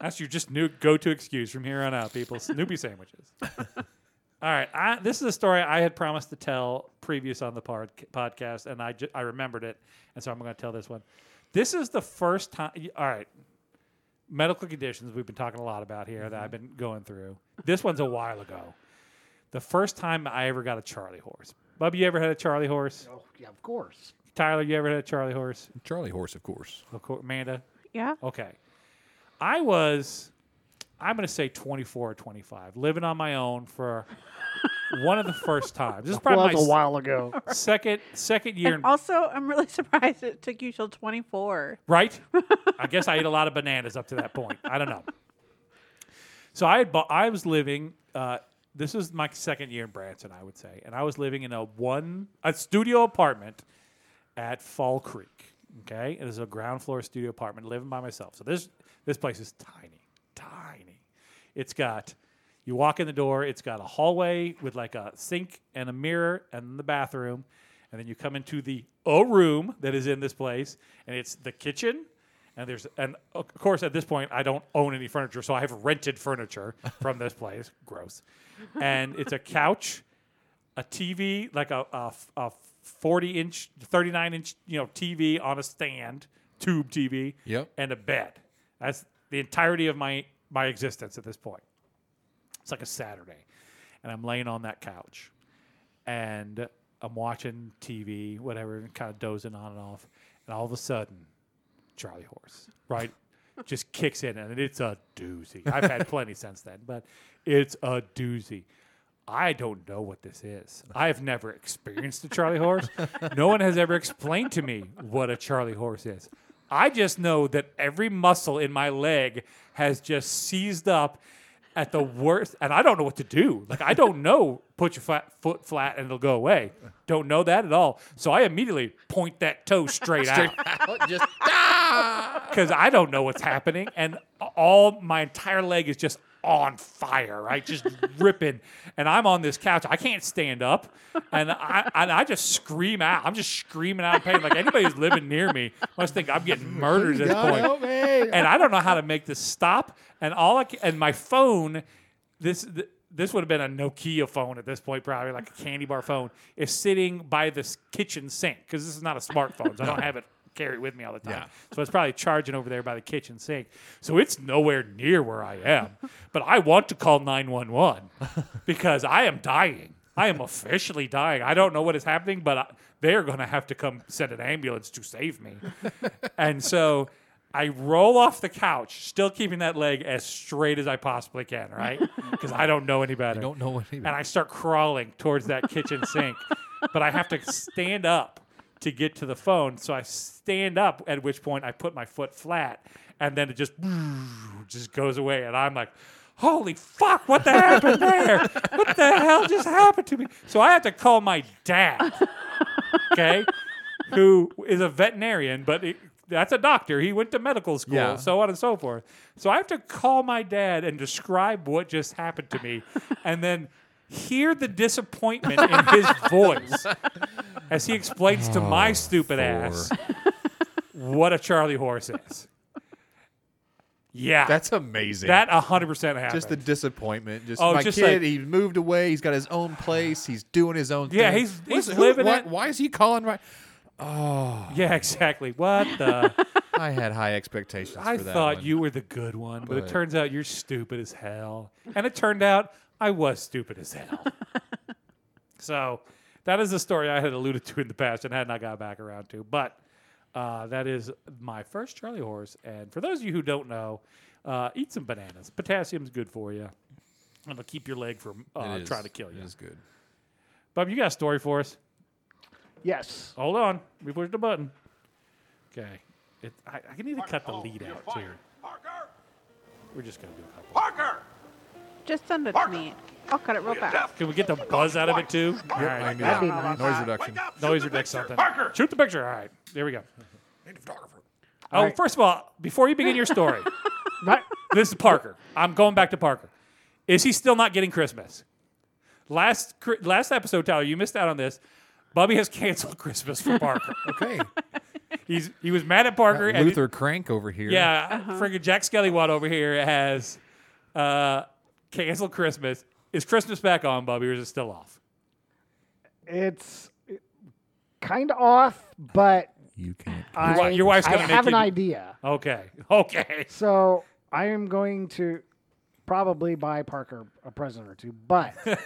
Speaker 1: That's your just new go-to excuse from here on out, people. Snoopy sandwiches. All right, I, this is a story I had promised to tell previous on the pod, podcast, and I ju- I remembered it, and so I'm going to tell this one. This is the first time. All right, medical conditions we've been talking a lot about here that I've been going through. This one's a while ago. The first time I ever got a Charlie horse. Bub, you ever had a Charlie horse?
Speaker 3: Oh, yeah, of course.
Speaker 1: Tyler, you ever had a Charlie horse?
Speaker 2: Charlie horse, of course.
Speaker 1: Of course, Amanda.
Speaker 4: Yeah.
Speaker 1: Okay. I was, I'm going to say 24 or 25, living on my own for one of the first times. This is
Speaker 3: Well,
Speaker 1: probably
Speaker 3: that was a
Speaker 1: my
Speaker 3: while ago.
Speaker 1: s- second second year.
Speaker 4: And
Speaker 1: in-
Speaker 4: also, I'm really surprised it took you till 24.
Speaker 1: right? I guess I ate a lot of bananas up to that point. I don't know. So I had bought, I was living uh, this was my second year in Branson, I would say, and I was living in a one a studio apartment at Fall Creek. Okay, it is a ground floor studio apartment, living by myself. So this this place is tiny, tiny. It's got you walk in the door, it's got a hallway with like a sink and a mirror and the bathroom, and then you come into the a room that is in this place, and it's the kitchen, and there's and of course at this point I don't own any furniture, so I have rented furniture from this place. Gross. And it's a couch, a TV, like a, a f- a 40 inch, 39 inch, you know, TV on a stand, tube TV,
Speaker 2: Yep.
Speaker 1: and a bed. That's the entirety of my my existence at this point. It's like a Saturday, and I'm laying on that couch, and I'm watching TV, whatever, and kind of dozing on and off, and all of a sudden, Charlie horse, right? just kicks in and it's a doozy. I've had plenty since then, but it's a doozy. I don't know what this is. I've never experienced a Charlie horse. No one has ever explained to me what a Charlie horse is. I just know that every muscle in my leg has just seized up at the worst, and I don't know what to do. Like I don't know. Put your flat, foot flat, and it'll go away. Don't know that at all. So I immediately point that toe straight out
Speaker 2: Just
Speaker 1: because I don't know what's happening, and all my entire leg is just on fire, right? Just ripping, and I'm on this couch. I can't stand up, and I and I just scream out. I'm just screaming out in pain. Like anybody who's living near me must think I'm getting murdered at this
Speaker 2: God
Speaker 1: point
Speaker 2: help me.
Speaker 1: and I don't know how to make this stop. And all I ca- and my phone, this th- this would have been a Nokia phone at this point, probably like a candy bar phone, is sitting by this kitchen sink because this is not a smartphone, so I don't have it carry with me all the time.
Speaker 2: Yeah.
Speaker 1: So it's probably charging over there by the kitchen sink. So it's nowhere near where I am. But I want to call 911 because I am dying. I am officially dying. I don't know what is happening, but I, they're going to have to come send an ambulance to save me. and so I roll off the couch, still keeping that leg as straight as I possibly can, right? Because I don't know any better.
Speaker 2: don't know any
Speaker 1: And I start crawling towards that kitchen sink, but I have to stand up to get to the phone. So I stand up, at which point I put my foot flat, and then it just just goes away, and I'm like. Holy fuck, what the happened there? What the hell just happened to me? So I had to call my dad okay, who is a veterinarian, but it, that's a doctor. He went to medical school,
Speaker 2: Yeah.
Speaker 1: so on and so forth. So I have to call my dad and describe what just happened to me, and then hear the disappointment in his voice as he explains to
Speaker 2: Oh,
Speaker 1: my stupid ass what a Charlie horse is. Yeah,
Speaker 2: That's amazing.
Speaker 1: that hundred percent happened.
Speaker 2: just the disappointment. Just
Speaker 1: Oh,
Speaker 2: my
Speaker 1: just like-
Speaker 2: kid. he moved away. He's got his own place. He's doing his own.
Speaker 1: Yeah,
Speaker 2: thing.
Speaker 1: he's-
Speaker 2: What
Speaker 1: he's
Speaker 2: who-
Speaker 1: living
Speaker 2: why,
Speaker 1: it.
Speaker 2: Why is he calling? Right.
Speaker 1: yeah, exactly. What the.
Speaker 2: I had high expectations.
Speaker 1: I
Speaker 2: for that
Speaker 1: thought
Speaker 2: one.
Speaker 1: you were the good one, but, it
Speaker 2: But-
Speaker 1: turns out you're stupid as hell. And it turned out I was stupid as hell. so that is the story I had alluded to in the past and had not got back around to. But uh, that is my first Charlie horse. And for those of you who don't know, uh, eat some bananas. Potassium's good for you. and It'll keep your leg from uh,
Speaker 2: It is.
Speaker 1: trying to kill you.
Speaker 2: It is good.
Speaker 1: Bob, you got a story for us?
Speaker 3: Yes.
Speaker 1: Hold on. We pushed the button. Okay. It, I, I need to cut the lead out too.
Speaker 5: Parker!
Speaker 1: We're just going to do a couple.
Speaker 5: Parker!
Speaker 4: Just send it to me. I'll cut it real fast.
Speaker 1: Can we get the buzz out of it too? All
Speaker 2: I
Speaker 1: right.
Speaker 2: knew
Speaker 3: That'd be
Speaker 2: that.
Speaker 3: nice.
Speaker 2: Noise reduction.
Speaker 5: Wake up! Shoot
Speaker 1: Noise
Speaker 5: the
Speaker 1: reduce
Speaker 5: picture!
Speaker 1: something.
Speaker 5: Parker!
Speaker 1: Shoot the picture. All right. There we go.
Speaker 2: Need a photographer.
Speaker 1: Oh,
Speaker 3: right.
Speaker 1: first of all, before you begin your story,
Speaker 3: Not,
Speaker 1: this is Parker. I'm going back to Parker. Is he still not getting Christmas? Last cri- last episode, Tyler, you missed out on this. Bubby has canceled Christmas for Parker.
Speaker 2: Okay.
Speaker 1: He's he was mad at Parker and
Speaker 2: Luther Crank over here.
Speaker 1: Yeah,
Speaker 3: Uh-huh.
Speaker 1: friggin' Jack Skellywad over here has uh, canceled Christmas. Is Christmas back on, Bubby, or is it still off?
Speaker 3: it's kind of off, but
Speaker 2: You can't.
Speaker 3: I,
Speaker 1: wi- your wife's
Speaker 3: I
Speaker 1: gonna make
Speaker 3: have an
Speaker 1: you-
Speaker 3: idea.
Speaker 1: Okay. Okay.
Speaker 3: So I am going to probably buy Parker a present or two, but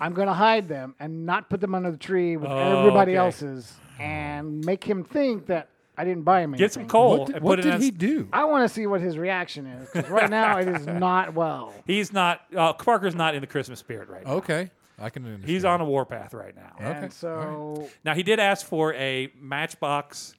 Speaker 3: I'm going to hide them and not put them under the tree with
Speaker 1: Oh,
Speaker 3: everybody
Speaker 1: okay.
Speaker 3: else's and make him think that I didn't buy him.
Speaker 1: Get some
Speaker 3: anything.
Speaker 1: coal
Speaker 2: What did,
Speaker 1: Oh, and
Speaker 2: what
Speaker 1: put it
Speaker 2: did
Speaker 1: in
Speaker 2: he
Speaker 1: a-
Speaker 2: do?
Speaker 3: I want to see what his reaction is 'cause right now it is not well.
Speaker 1: He's not. Uh, Parker's not in the Christmas spirit right now.
Speaker 2: Okay. I can understand.
Speaker 1: He's on a warpath right now.
Speaker 2: Okay, all
Speaker 3: And so
Speaker 1: Now he did ask for a Matchbox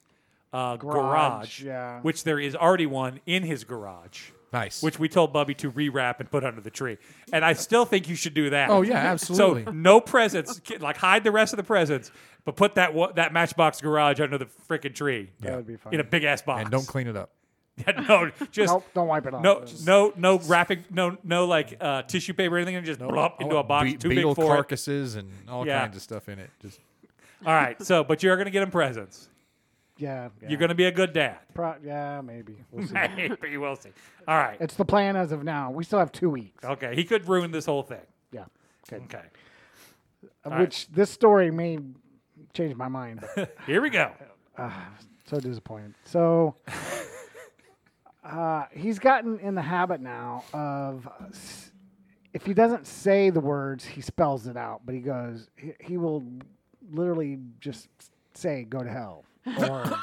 Speaker 1: uh, garage,
Speaker 3: Garage, yeah.
Speaker 1: which there is already one in his garage.
Speaker 2: Nice.
Speaker 1: which we told Bubby to rewrap and put under the tree. And I still think you should do that.
Speaker 2: Oh, yeah, absolutely.
Speaker 1: So no presents, Ki- like hide the rest of the presents, but put that wa- that Matchbox garage under the freaking tree.
Speaker 3: That would be fun.
Speaker 1: In a big ass box.
Speaker 2: and don't clean it up.
Speaker 1: Yeah, no, just
Speaker 3: Nope, don't wipe it off.
Speaker 1: no, no, no wrapping, no, no, like uh, tissue paper or anything, and just blop
Speaker 2: I
Speaker 1: into a
Speaker 2: want
Speaker 1: box
Speaker 2: Oh, be-
Speaker 1: too big
Speaker 2: beetle
Speaker 1: for it.
Speaker 2: carcasses and all
Speaker 1: Yeah.
Speaker 2: kinds of stuff in it. Just
Speaker 1: All right, so but you're gonna get him presents.
Speaker 3: Yeah, yeah.
Speaker 1: You're gonna be a good dad.
Speaker 3: Pro- yeah, maybe. We'll see.
Speaker 1: Maybe we'll see. All right,
Speaker 3: it's the plan as of now. We still have two weeks.
Speaker 1: okay. He could ruin this whole thing.
Speaker 3: Yeah. Okay.
Speaker 1: Okay,
Speaker 3: Of Which this story may change my mind. But
Speaker 1: here we go.
Speaker 3: so disappointed. So uh, he's gotten in the habit now of s- if he doesn't say the words, he spells it out, but he goes, he, he will literally just say, go to hell.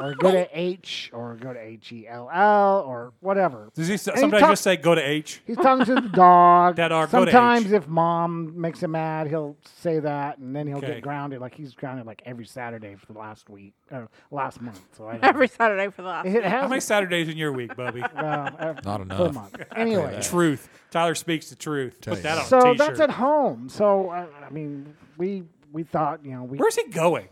Speaker 3: Or, or go to H, or go to H E L L, or whatever.
Speaker 1: Does he s-
Speaker 3: And
Speaker 1: sometimes
Speaker 3: talks-
Speaker 1: just say go to H?
Speaker 3: He's talking to the dog.
Speaker 1: That are good
Speaker 3: Sometimes
Speaker 1: age.
Speaker 3: if mom makes him mad, he'll say that, and then he'll
Speaker 1: Okay.
Speaker 3: get grounded. Like he's grounded like every Saturday for the last week or last month. So I don't know.
Speaker 4: Every Saturday for the last.
Speaker 3: it
Speaker 1: How
Speaker 3: has
Speaker 1: many Saturdays in your week, Bubby?
Speaker 3: well, ev-
Speaker 2: Not
Speaker 3: per
Speaker 2: enough.
Speaker 3: month. Anyway,
Speaker 1: truth. Tyler speaks the truth.
Speaker 2: Tell
Speaker 1: Put
Speaker 2: you.
Speaker 1: that on a
Speaker 3: so
Speaker 1: t-shirt.
Speaker 3: that's at home. So I, I mean, we we thought you know we
Speaker 1: Where's he going?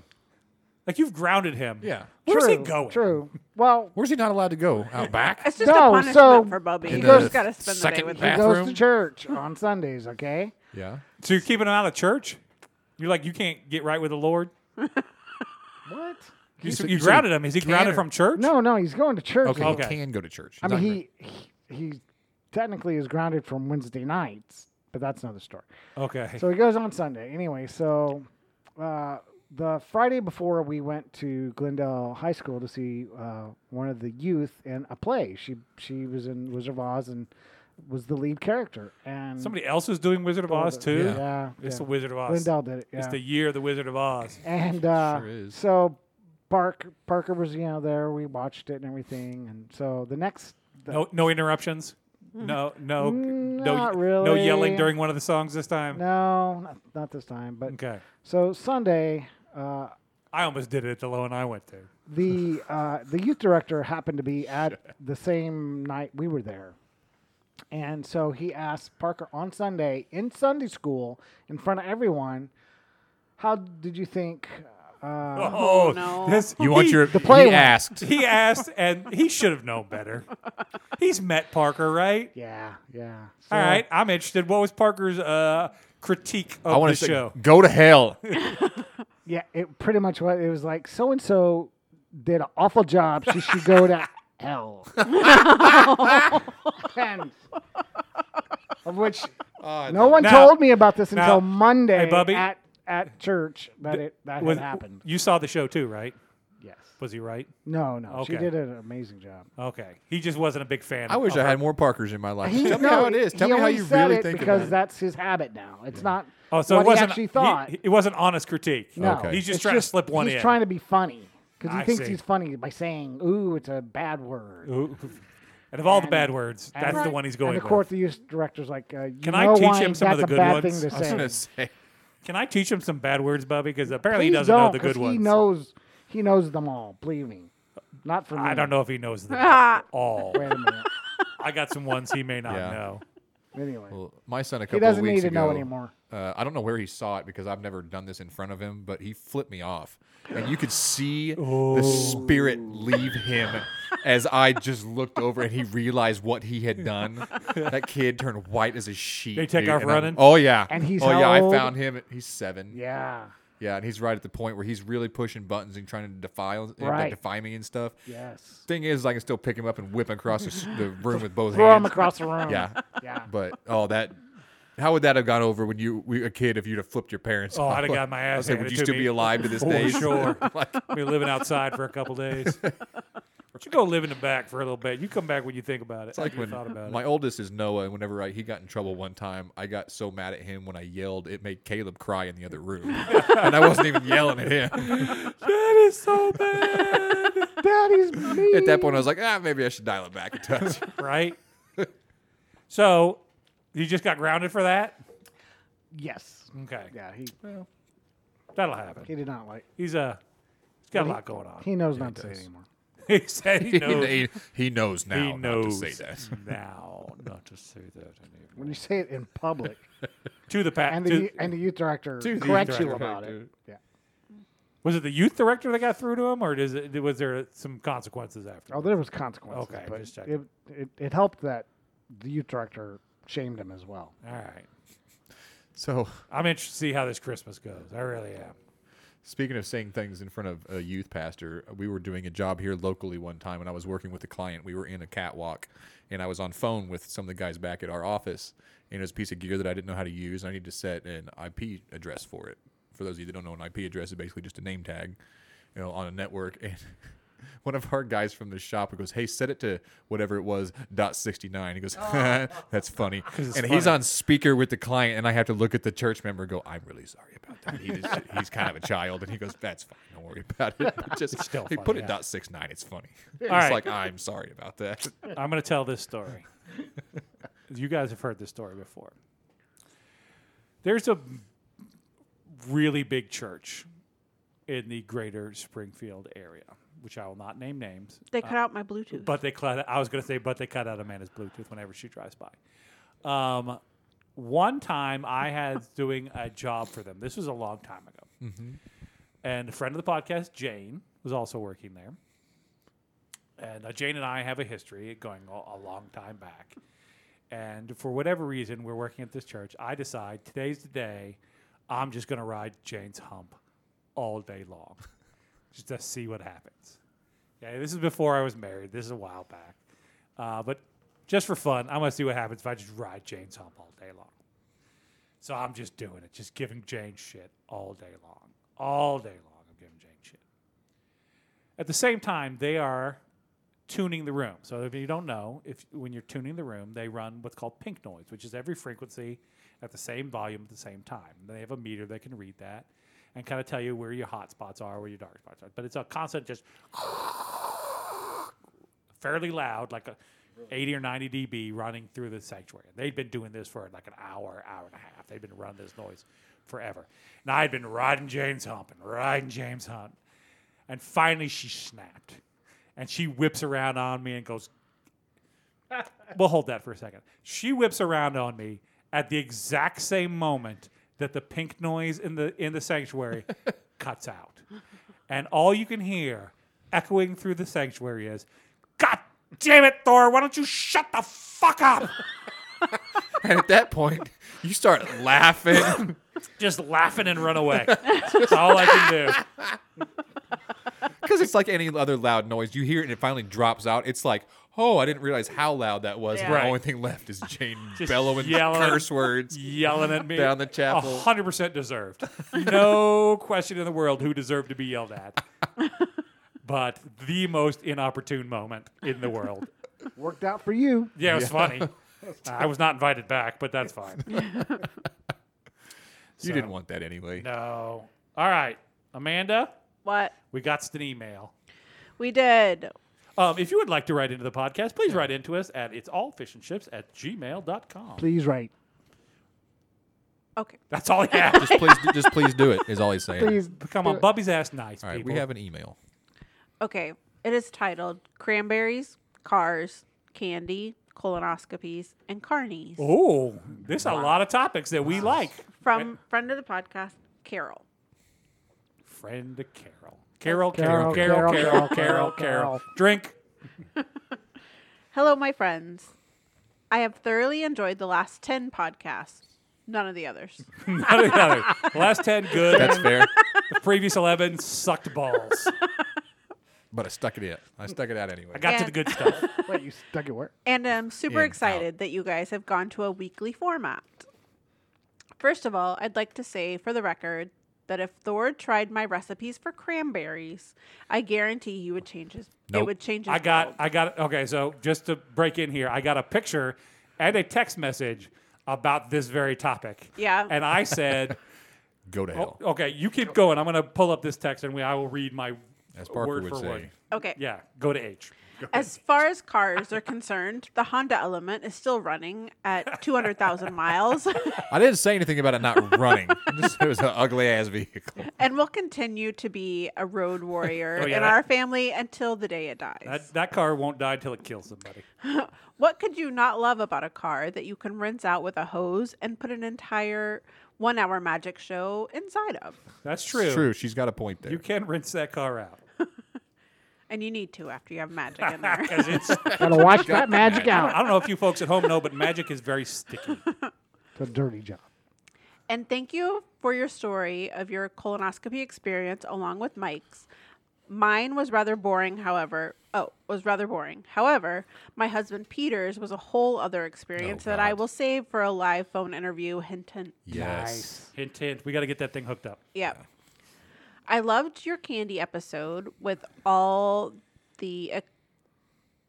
Speaker 1: Like you've grounded him.
Speaker 2: Yeah.
Speaker 1: Where's he
Speaker 3: True,
Speaker 1: going?
Speaker 3: True. Well,
Speaker 2: Where's he not allowed to go? Out back?
Speaker 4: It's just a
Speaker 3: No,
Speaker 4: punishment
Speaker 3: so-
Speaker 4: for Bubby.
Speaker 2: In
Speaker 4: He's
Speaker 2: the
Speaker 4: got to spend the day
Speaker 2: second
Speaker 4: with
Speaker 2: bath-
Speaker 4: him.
Speaker 3: he goes to
Speaker 2: Bathroom?
Speaker 3: church on Sundays. Okay.
Speaker 2: yeah.
Speaker 1: So you're keeping him out of church? You're like you can't get right with the Lord.
Speaker 3: What?
Speaker 1: You,
Speaker 2: He's
Speaker 1: s-
Speaker 2: a-
Speaker 1: you
Speaker 2: he's a
Speaker 1: grounded him. Is he grounded
Speaker 2: canner.
Speaker 1: from church?
Speaker 3: No, no, he's going to church.
Speaker 2: Okay,
Speaker 1: Okay.
Speaker 2: He can go to church.
Speaker 3: I
Speaker 2: He's
Speaker 3: mean,
Speaker 2: not
Speaker 3: he, he he technically is grounded from Wednesday nights, but that's another story.
Speaker 1: Okay.
Speaker 3: So he goes on Sunday anyway. So uh, the Friday before we went to Glendale High School to see uh, one of the youth in a play. She she was in Wizard of Oz and was the lead character. And
Speaker 1: Somebody else is doing Wizard of Oz too.
Speaker 3: yeah, yeah,
Speaker 1: It's the Wizard of Oz.
Speaker 3: Glendale did it. Yeah.
Speaker 1: It's the year of the Wizard of Oz.
Speaker 3: And uh,
Speaker 2: Sure is.
Speaker 3: so Park Parker was you know there. We watched it and everything. And so the next. The,
Speaker 1: No, no interruptions. No, no,
Speaker 3: Mm. Not
Speaker 1: no, no
Speaker 3: really.
Speaker 1: yelling during one of the songs this time.
Speaker 3: No, not, not this time. But
Speaker 1: Okay.
Speaker 3: so Sunday, uh,
Speaker 1: I almost did it at the low and I went to.
Speaker 3: the uh, the youth director happened to be at the same night we were there, and so he asked Parker on Sunday in Sunday school in front of everyone, "How did you think?" Uh,
Speaker 1: Oh,
Speaker 4: no.
Speaker 1: this-
Speaker 2: he- you want
Speaker 1: he-
Speaker 2: your
Speaker 3: The play
Speaker 2: He
Speaker 3: one.
Speaker 2: asked.
Speaker 1: He asked, and he should have known better. He's met Parker, right?
Speaker 3: yeah, yeah.
Speaker 1: All right, I'm interested. What was Parker's uh, critique
Speaker 2: I
Speaker 1: of
Speaker 2: want
Speaker 1: the
Speaker 2: to say,
Speaker 1: show? Oh,
Speaker 2: go to hell.
Speaker 3: Yeah, it pretty much what it was like. So and so did an awful job. She should go to hell. and, of which no one
Speaker 1: Now-
Speaker 3: told me about this
Speaker 1: now-
Speaker 3: until Monday
Speaker 1: Hey, Bubby.
Speaker 3: at at church that it that
Speaker 1: Was-
Speaker 3: had happened.
Speaker 1: You saw the show too, right?
Speaker 3: Yes.
Speaker 1: Was he right?
Speaker 3: No, no. She
Speaker 1: Okay.
Speaker 3: did an amazing job.
Speaker 1: Okay, he just wasn't a big fan.
Speaker 2: I wish
Speaker 1: of
Speaker 2: I
Speaker 1: her.
Speaker 2: had more Parkers in my life. Just Tell me
Speaker 3: no,
Speaker 2: how it is. Tell
Speaker 3: he
Speaker 2: me how
Speaker 3: only
Speaker 2: you
Speaker 3: said
Speaker 2: really
Speaker 3: it
Speaker 2: think
Speaker 3: because
Speaker 2: about it.
Speaker 3: that's his habit now. It's not
Speaker 1: Oh, so
Speaker 3: what
Speaker 1: it wasn't.
Speaker 3: he actually thought.
Speaker 1: It wasn't honest critique.
Speaker 3: no,
Speaker 2: Okay.
Speaker 1: he's just
Speaker 3: It's
Speaker 1: trying to slip one
Speaker 3: he's
Speaker 1: in.
Speaker 3: trying to be funny because he
Speaker 1: I
Speaker 3: thinks
Speaker 1: see.
Speaker 3: he's funny by saying "ooh, it's a bad word."
Speaker 1: Ooh. and of all the
Speaker 3: And-
Speaker 1: bad words, that's the
Speaker 3: Right.
Speaker 1: one he's
Speaker 3: and
Speaker 1: going
Speaker 3: of course,
Speaker 1: with.
Speaker 3: the youth director's like, uh, you
Speaker 1: Can I
Speaker 3: know
Speaker 1: teach
Speaker 3: why
Speaker 1: him some of
Speaker 3: that's
Speaker 1: the
Speaker 3: a
Speaker 1: good
Speaker 3: bad
Speaker 1: ones?
Speaker 3: thing
Speaker 2: I
Speaker 3: to
Speaker 2: was
Speaker 3: say.
Speaker 2: gonna say.
Speaker 1: Can I teach him some bad words, Bubby? Because apparently
Speaker 3: Please
Speaker 1: he doesn't know
Speaker 3: don't,
Speaker 1: the
Speaker 3: 'cause
Speaker 1: good ones.
Speaker 3: He knows he knows them all. Believe me, not for me.
Speaker 1: I don't know if he knows them
Speaker 4: Ah.
Speaker 1: all.
Speaker 3: Wait a minute.
Speaker 1: I got some ones he may not
Speaker 2: Yeah.
Speaker 1: know.
Speaker 3: Anyway,
Speaker 2: Well, my son a couple
Speaker 3: he doesn't
Speaker 2: of
Speaker 3: need
Speaker 2: weeks
Speaker 3: to
Speaker 2: ago,
Speaker 3: know anymore.
Speaker 2: Uh, I don't know where he saw it because I've never done this in front of him, but he flipped me off, and you could see the spirit
Speaker 3: Oh.
Speaker 2: leave him as I just looked over and he realized what he had done. that kid turned white as a sheet.
Speaker 1: They take
Speaker 2: dude,
Speaker 1: off
Speaker 2: and I'm-
Speaker 1: running?
Speaker 2: Oh yeah,
Speaker 3: And he's
Speaker 2: oh
Speaker 3: how
Speaker 2: yeah.
Speaker 3: old?
Speaker 2: I found him. At, he's seven.
Speaker 3: Yeah.
Speaker 2: yeah, and he's right at the point where he's really pushing buttons and trying to defy, uh,
Speaker 3: Right.
Speaker 2: defy me and stuff.
Speaker 3: Yes.
Speaker 2: Thing is, I can still pick him up and whip him across the, s- the room with both
Speaker 3: Throw
Speaker 2: hands.
Speaker 3: him across the room.
Speaker 2: Yeah.
Speaker 3: Yeah.
Speaker 2: But oh, that. How would that have gone over when you were a kid if you'd have flipped your parents?
Speaker 1: Oh,
Speaker 2: off?
Speaker 1: I'd have got my
Speaker 2: I
Speaker 1: ass
Speaker 2: was like,
Speaker 1: handed
Speaker 2: would you
Speaker 1: to
Speaker 2: still
Speaker 1: me.
Speaker 2: be alive to this
Speaker 1: For
Speaker 2: day?
Speaker 1: sure.
Speaker 2: Like,
Speaker 1: Be living outside for a couple days. Why don't you go live in the back for a little bit? You come back when you think about it.
Speaker 2: it's like
Speaker 1: you
Speaker 2: when
Speaker 1: thought about
Speaker 2: my
Speaker 1: it.
Speaker 2: oldest is Noah, and whenever I, he got in trouble one time, I got so mad at him when I yelled, it made Caleb cry in the other room, and I wasn't even yelling at him.
Speaker 1: That is so bad,
Speaker 3: Daddy's me.
Speaker 2: At that point, I was like, ah, maybe I should dial it back a touch.
Speaker 1: right? So you just got grounded for that?
Speaker 3: Yes.
Speaker 1: Okay,
Speaker 3: Yeah. He
Speaker 1: that'll happen. uh,
Speaker 3: he did not like.
Speaker 1: He's a he's got a lot going on.
Speaker 3: He knows not to say
Speaker 2: does.
Speaker 3: anymore.
Speaker 1: he said he knows.
Speaker 2: he, he knows now
Speaker 1: he
Speaker 2: not
Speaker 1: knows
Speaker 2: to say that.
Speaker 1: now not to say that anymore.
Speaker 3: When you say it in public,
Speaker 1: To the pat.
Speaker 3: and
Speaker 1: to-
Speaker 3: the y- and the youth director
Speaker 2: To the
Speaker 3: corrects you
Speaker 2: director.
Speaker 3: about it. Yeah.
Speaker 1: was it the youth director that got through to him, or does it, was there some consequences after?
Speaker 3: Oh, there was consequences.
Speaker 1: Okay,
Speaker 3: but
Speaker 1: just checking.
Speaker 3: it, it it helped that the youth director shamed him as well.
Speaker 1: All right.
Speaker 2: So,
Speaker 1: I'm interested to see how this Christmas goes. I really am.
Speaker 2: speaking of saying things in front of a youth pastor, we were doing a job here locally one time, and I was working with a client. We were in a catwalk, and I was on phone with some of the guys back at our office, and it was a piece of gear that I didn't know how to use, and I need to set an IP address for it. For those of you that don't know, an IP address is basically just a name tag, you know, on a network, and. One of our guys from the shop goes, "Hey, set it to whatever it was dot sixty nine. He goes, "That's funny." And
Speaker 1: it's
Speaker 2: he's
Speaker 1: funny.
Speaker 2: on speaker with the client, and I have to look at the church member and go, "I'm really sorry about that." He just, he's kind of a child, and he goes, "That's fine. Don't worry about it." But just
Speaker 1: still
Speaker 2: he
Speaker 1: funny,
Speaker 2: put
Speaker 1: yeah.
Speaker 2: it dot six nine. It's funny. It's
Speaker 1: right.
Speaker 2: like I'm sorry about that.
Speaker 1: I'm going to tell this story. you guys have heard this story before. There's a really big church in the greater Springfield area, which I will not name names,
Speaker 4: They cut out my Bluetooth.
Speaker 1: but they cut. I was going to say, but they cut out Amanda's Bluetooth whenever she drives by. Um, one time, I had doing a job for them. This was a long time ago, and a friend of the podcast, Jane, was also working there. And uh, Jane and I have a history going a, a long time back. And for whatever reason, we're working at this church. I decide today's the day. I'm just going to ride Jane's hump all day long, just to see what happens. Okay, this is before I was married. This is a while back. Uh, but just for fun, I'm going to see what happens if I just ride Jane's hump all day long. So I'm just doing it, just giving Jane shit all day long. All day long, I'm giving Jane shit. At the same time, they are tuning the room. So if you don't know, if when you're tuning the room, they run what's called pink noise, which is every frequency at the same volume at the same time. And they have a meter that can read that and kind of tell you where your hot spots are, where your dark spots are. But it's a constant just fairly loud, like a 80 or 90 dB running through the sanctuary. They'd been doing this for like an hour, hour and a half. They'd been running this noise forever. And I'd been riding James Hump and riding James Hunt. And finally she snapped. And she whips around on me and goes, We'll hold that for a second. She whips around on me at the exact same moment that the pink noise in the in the sanctuary cuts out. And all you can hear echoing through the sanctuary is, God damn it, Thor, why don't you shut the fuck up?
Speaker 2: and at that point, you start laughing
Speaker 1: Just laughing and run away. That's all I can do.
Speaker 2: because it's like any other loud noise you hear, it and it finally drops out. It's like, "Oh, I didn't realize how loud that was." and
Speaker 4: Yeah.
Speaker 1: Right.
Speaker 2: The only thing left is Jane bellowing
Speaker 1: yelling.
Speaker 2: curse words.
Speaker 1: Yelling at me.
Speaker 2: Down the chapel.
Speaker 1: 100% deserved. No question in the world who deserved to be yelled at. But the most inopportune moment in the world.
Speaker 3: Worked out for you.
Speaker 1: Yeah, it was funny. I was not invited back, but that's fine.
Speaker 2: You didn't want that anyway.
Speaker 1: No. All right, Amanda,
Speaker 4: what
Speaker 1: we got an email.
Speaker 4: we did.
Speaker 1: Um, if you would like to write into the podcast, please write into us at it's all fish and chips at gmail.com.
Speaker 3: Please write.
Speaker 4: Okay.
Speaker 1: That's all I have.
Speaker 2: Just please, just please do it. Is all he's saying.
Speaker 3: Please.
Speaker 1: Come on, Bubby's ass nice.
Speaker 2: All right,
Speaker 1: people.
Speaker 2: we have an email.
Speaker 4: Okay. It is titled Cranberries, Cars, Candy, Colonoscopies, and Carnies.
Speaker 1: Oh, there's a lot of topics that we like.
Speaker 4: From friend of the podcast, Carol.
Speaker 1: Friend of Carol. Carol, Carol, Carol,
Speaker 3: Carol,
Speaker 1: Carol,
Speaker 3: Carol, Carol,
Speaker 1: Carol,
Speaker 3: Carol,
Speaker 1: Carol.
Speaker 3: Carol.
Speaker 1: Drink.
Speaker 4: Hello, my friends. I have thoroughly enjoyed the last 10 podcasts, none of the others.
Speaker 1: Not another. Last 10, good.
Speaker 2: That's fair.
Speaker 1: The previous 11 sucked balls.
Speaker 2: But I stuck it out. I stuck it out anyway.
Speaker 1: Mm. I got to
Speaker 4: Yeah.
Speaker 1: the good stuff.
Speaker 3: Wait, you stuck it where?
Speaker 4: And I'm super
Speaker 2: In, out.
Speaker 4: excited that you guys have gone to a weekly format. First of all, I'd like to say for the record that if Thor tried my recipes for cranberries, I guarantee he would change his. It
Speaker 2: Nope.
Speaker 4: would change his.
Speaker 1: I got,
Speaker 4: world.
Speaker 1: I got, okay, so just to break in here, I got a picture and a text message about this very topic.
Speaker 4: Yeah.
Speaker 1: And I said,
Speaker 2: Go to
Speaker 1: oh,
Speaker 2: hell.
Speaker 1: okay, you keep going. I'm going to pull up this text and we, I will read my
Speaker 2: As Parker
Speaker 1: word
Speaker 2: would
Speaker 1: for
Speaker 2: say.
Speaker 1: word.
Speaker 4: Okay.
Speaker 1: Yeah, go to H.
Speaker 4: As far as cars are concerned, the Honda Element is still running at 200,000 miles
Speaker 1: Oh.
Speaker 2: I didn't say anything about it not running. Just, it was an ugly ass vehicle.
Speaker 4: and will continue to be a road warrior
Speaker 1: Oh, yeah,
Speaker 4: in
Speaker 1: that-
Speaker 4: our family until the day it dies.
Speaker 1: That, that car won't die till it kills somebody.
Speaker 4: What could you not love about a car that you can rinse out with a hose and put an entire one hour magic show inside of?
Speaker 1: That's true.
Speaker 2: It's true. She's got a point there.
Speaker 1: You can rinse that car out.
Speaker 4: And you need to after you have magic in there.
Speaker 1: 'Cause it's-
Speaker 3: Gotta wash that magic
Speaker 1: I
Speaker 3: out.
Speaker 1: don't know if you folks at home know, but magic is very sticky.
Speaker 3: It's a dirty job.
Speaker 4: And thank you for your story of your colonoscopy experience along with Mike's. Mine was rather boring, however. Oh, was rather boring. However, my husband Peter's was a whole other experience
Speaker 2: Oh,
Speaker 4: that I
Speaker 2: God.
Speaker 4: will save for a live phone interview. Hint, hint.
Speaker 2: Yes.
Speaker 1: Hint, hint. We got to get that thing hooked up.
Speaker 4: Yep. I loved your candy episode with all the ec-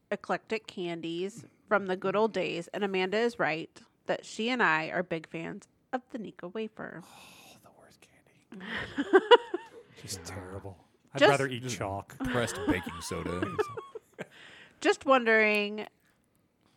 Speaker 4: eclectic candies from the good old days. And Amanda is right that she and I are big fans of the Nika wafer.
Speaker 1: Oh, the worst candy. Just terrible. I'd
Speaker 4: Just-
Speaker 1: rather eat chalk.
Speaker 2: Pressed baking soda.
Speaker 4: Just wondering,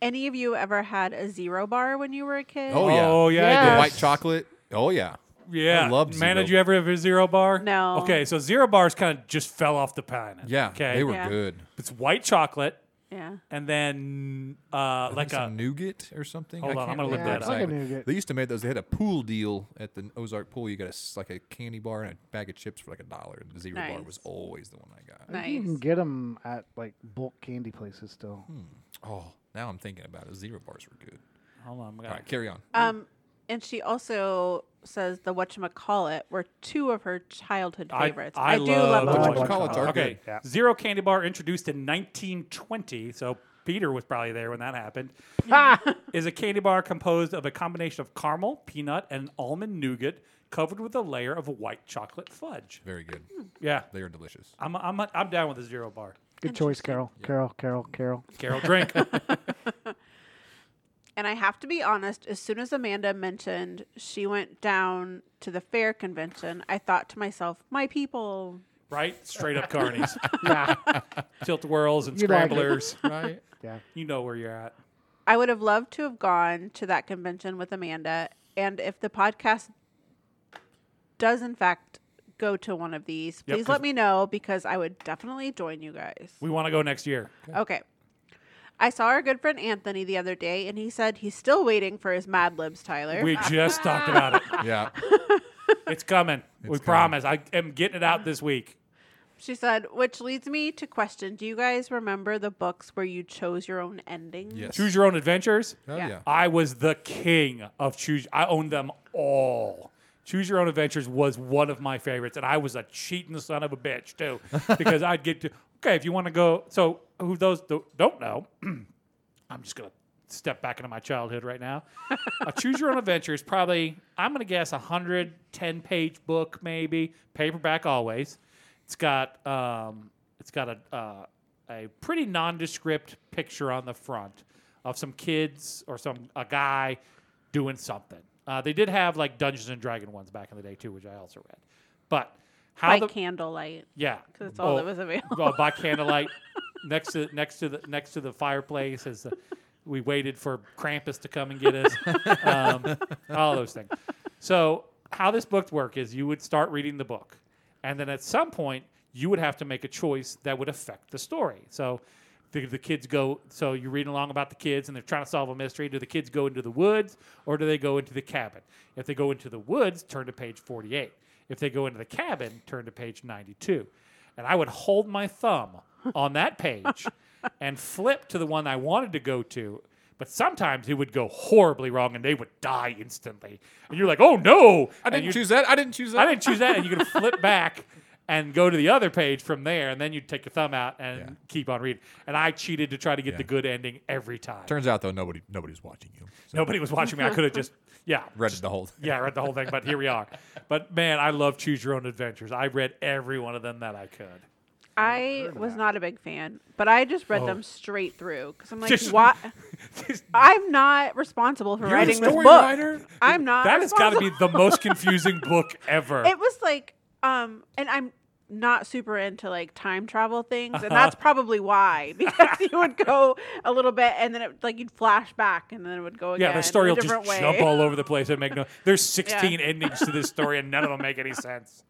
Speaker 4: any of you ever had a zero bar when you were a kid?
Speaker 2: Oh, yeah.
Speaker 1: Oh, yeah. I
Speaker 3: Yeah.
Speaker 2: The
Speaker 1: did.
Speaker 2: white chocolate. Oh yeah.
Speaker 1: Yeah.
Speaker 2: I loved
Speaker 1: Man,
Speaker 2: Zero.
Speaker 1: did you ever have a zero bar?
Speaker 4: No.
Speaker 1: Okay, so zero bars kind of just fell off the pine.
Speaker 2: Yeah.
Speaker 1: Okay.
Speaker 2: They were
Speaker 4: Yeah.
Speaker 2: good.
Speaker 1: It's white chocolate
Speaker 4: Yeah.
Speaker 1: and then uh, like a.
Speaker 2: some nougat or something.
Speaker 1: Hold on,
Speaker 2: I
Speaker 1: I'm
Speaker 2: can't
Speaker 1: gonna look
Speaker 2: remember
Speaker 1: that up.
Speaker 3: Yeah, it's like a
Speaker 2: exactly.
Speaker 3: nougat.
Speaker 2: They used to make those. They had a pool deal at the Ozark pool. You got a s like a candy bar and a bag of chips for like a dollar. And the zero bar
Speaker 4: Nice.
Speaker 2: was always the one I got.
Speaker 3: I think You can
Speaker 4: Nice.
Speaker 3: get them at like bulk candy places still.
Speaker 1: Hmm.
Speaker 2: Oh, now I'm thinking about it. Zero bars were good.
Speaker 1: Hold on. I'm gonna-
Speaker 2: All right, carry on.
Speaker 1: Uh,
Speaker 4: Um, and she also says the whatchamacallit were two of her childhood favorites. I, do love,
Speaker 3: the
Speaker 4: the
Speaker 3: whatchamacallit.
Speaker 4: whatchamacallit.
Speaker 2: Whatchamacallits are
Speaker 1: Okay,
Speaker 2: good.
Speaker 3: Yeah.
Speaker 1: zero candy bar introduced in 1920. So Peter was probably there when that happened. is a candy bar composed of a combination of caramel, peanut, and almond nougat covered with a layer of white chocolate fudge.
Speaker 2: Very good.
Speaker 1: Yeah,
Speaker 2: They are delicious.
Speaker 1: I'm I'm I'm down with the zero bar.
Speaker 3: Good choice, Carol. Carol, Carol, Carol.
Speaker 1: Carol, drink.
Speaker 4: And I have to be honest, as soon as Amanda mentioned she went down to the fair convention, I thought to myself, my people.
Speaker 1: right, straight up carnies,
Speaker 3: Yeah.
Speaker 1: tilt whirls and
Speaker 3: You like it.
Speaker 1: scramblers.
Speaker 2: Right.
Speaker 3: yeah.
Speaker 1: you know where you're at.
Speaker 4: I would have loved to have gone to that convention with Amanda. And if the podcast does, in fact, go to one of these,
Speaker 1: Yep,
Speaker 4: please let
Speaker 1: 'cause-
Speaker 4: me know because I would definitely join you guys.
Speaker 1: We want to go next year.
Speaker 4: Okay. I saw our good friend Anthony the other day, and he said he's still waiting for his Mad Libs, Tyler.
Speaker 1: We just talked about it.
Speaker 2: Yeah.
Speaker 1: It's coming. we
Speaker 2: coming.
Speaker 1: promise. I am getting it out this week.
Speaker 4: She said, which leads me to question: Do you guys remember the books where you chose your own endings?
Speaker 2: Yes.
Speaker 1: Choose your own adventures.
Speaker 2: Oh,
Speaker 4: Yeah.
Speaker 2: yeah.
Speaker 1: I was the king of choose. I owned them all. Choose Your Own Adventures was one of my favorites, and I was a cheating son of a bitch too, because I'd get to okay if you want to go. So who those do, don't know, I'm just gonna step back into my childhood right now. a Choose Your Own Adventure is probably I'm gonna guess a hundred ten page book maybe paperback always. It's got um, it's got a uh, a pretty nondescript picture on the front of some kids or some a guy doing something. Uh, they did have like Dungeons and Dragon ones back in the day too, which I also read. But how
Speaker 4: By
Speaker 1: the
Speaker 4: candlelight,
Speaker 1: yeah,
Speaker 4: because it's all
Speaker 1: Oh,
Speaker 4: that was available.
Speaker 1: well, by candlelight next to next to the next to the fireplace as the, we waited for Krampus to come and get us. Um, all those things. So how this book work is you would start reading the book, and then at some point you would have to make a choice that would affect the story. So. The, the kids go so you're reading along about the kids and they're trying to solve a mystery do the kids go into the woods or do they go into the cabin if they go into the woods turn to page 48 if they go into the cabin turn to page 92 and I would hold my thumb on that page and flip to the one I wanted to go to. But sometimes it would go horribly wrong and they would die instantly. And you're like, oh no.
Speaker 2: I
Speaker 1: And
Speaker 2: didn't
Speaker 1: you-
Speaker 2: choose that. I didn't choose that.
Speaker 1: I didn't choose that. And you could flip back and go to the other page from there. And then you'd take your thumb out and
Speaker 2: Yeah.
Speaker 1: keep on reading. And I cheated to try to get the
Speaker 2: Yeah.
Speaker 1: good ending every time.
Speaker 2: Turns out though, nobody nobody's watching you. So
Speaker 1: Nobody was watching me. I could have just, yeah.
Speaker 2: read the whole.
Speaker 1: Yeah, I read the whole thing, but here we are. But man, I love Choose Your Own Adventures. I read every one of them that I could.
Speaker 4: I was not a big fan, but I just read them straight through because I'm like,
Speaker 1: Oh. Just-
Speaker 4: why?
Speaker 1: Just
Speaker 4: I'm not responsible for
Speaker 2: You're
Speaker 4: writing
Speaker 2: the
Speaker 4: this
Speaker 2: story
Speaker 4: book.
Speaker 2: writer.
Speaker 4: I'm not.
Speaker 1: That has got to
Speaker 4: responsible.
Speaker 1: be the most confusing book ever.
Speaker 4: It was like, um, and I'm not super into like time travel things, and that's
Speaker 1: Uh-huh.
Speaker 4: probably why because you would go a little bit and then it like you'd flash back and then it would go again.
Speaker 1: Yeah, the story
Speaker 4: in
Speaker 1: will
Speaker 4: a
Speaker 1: just
Speaker 4: different way.
Speaker 1: jump all over the place and make no. There's 16 endings to this story, and none of them make any sense.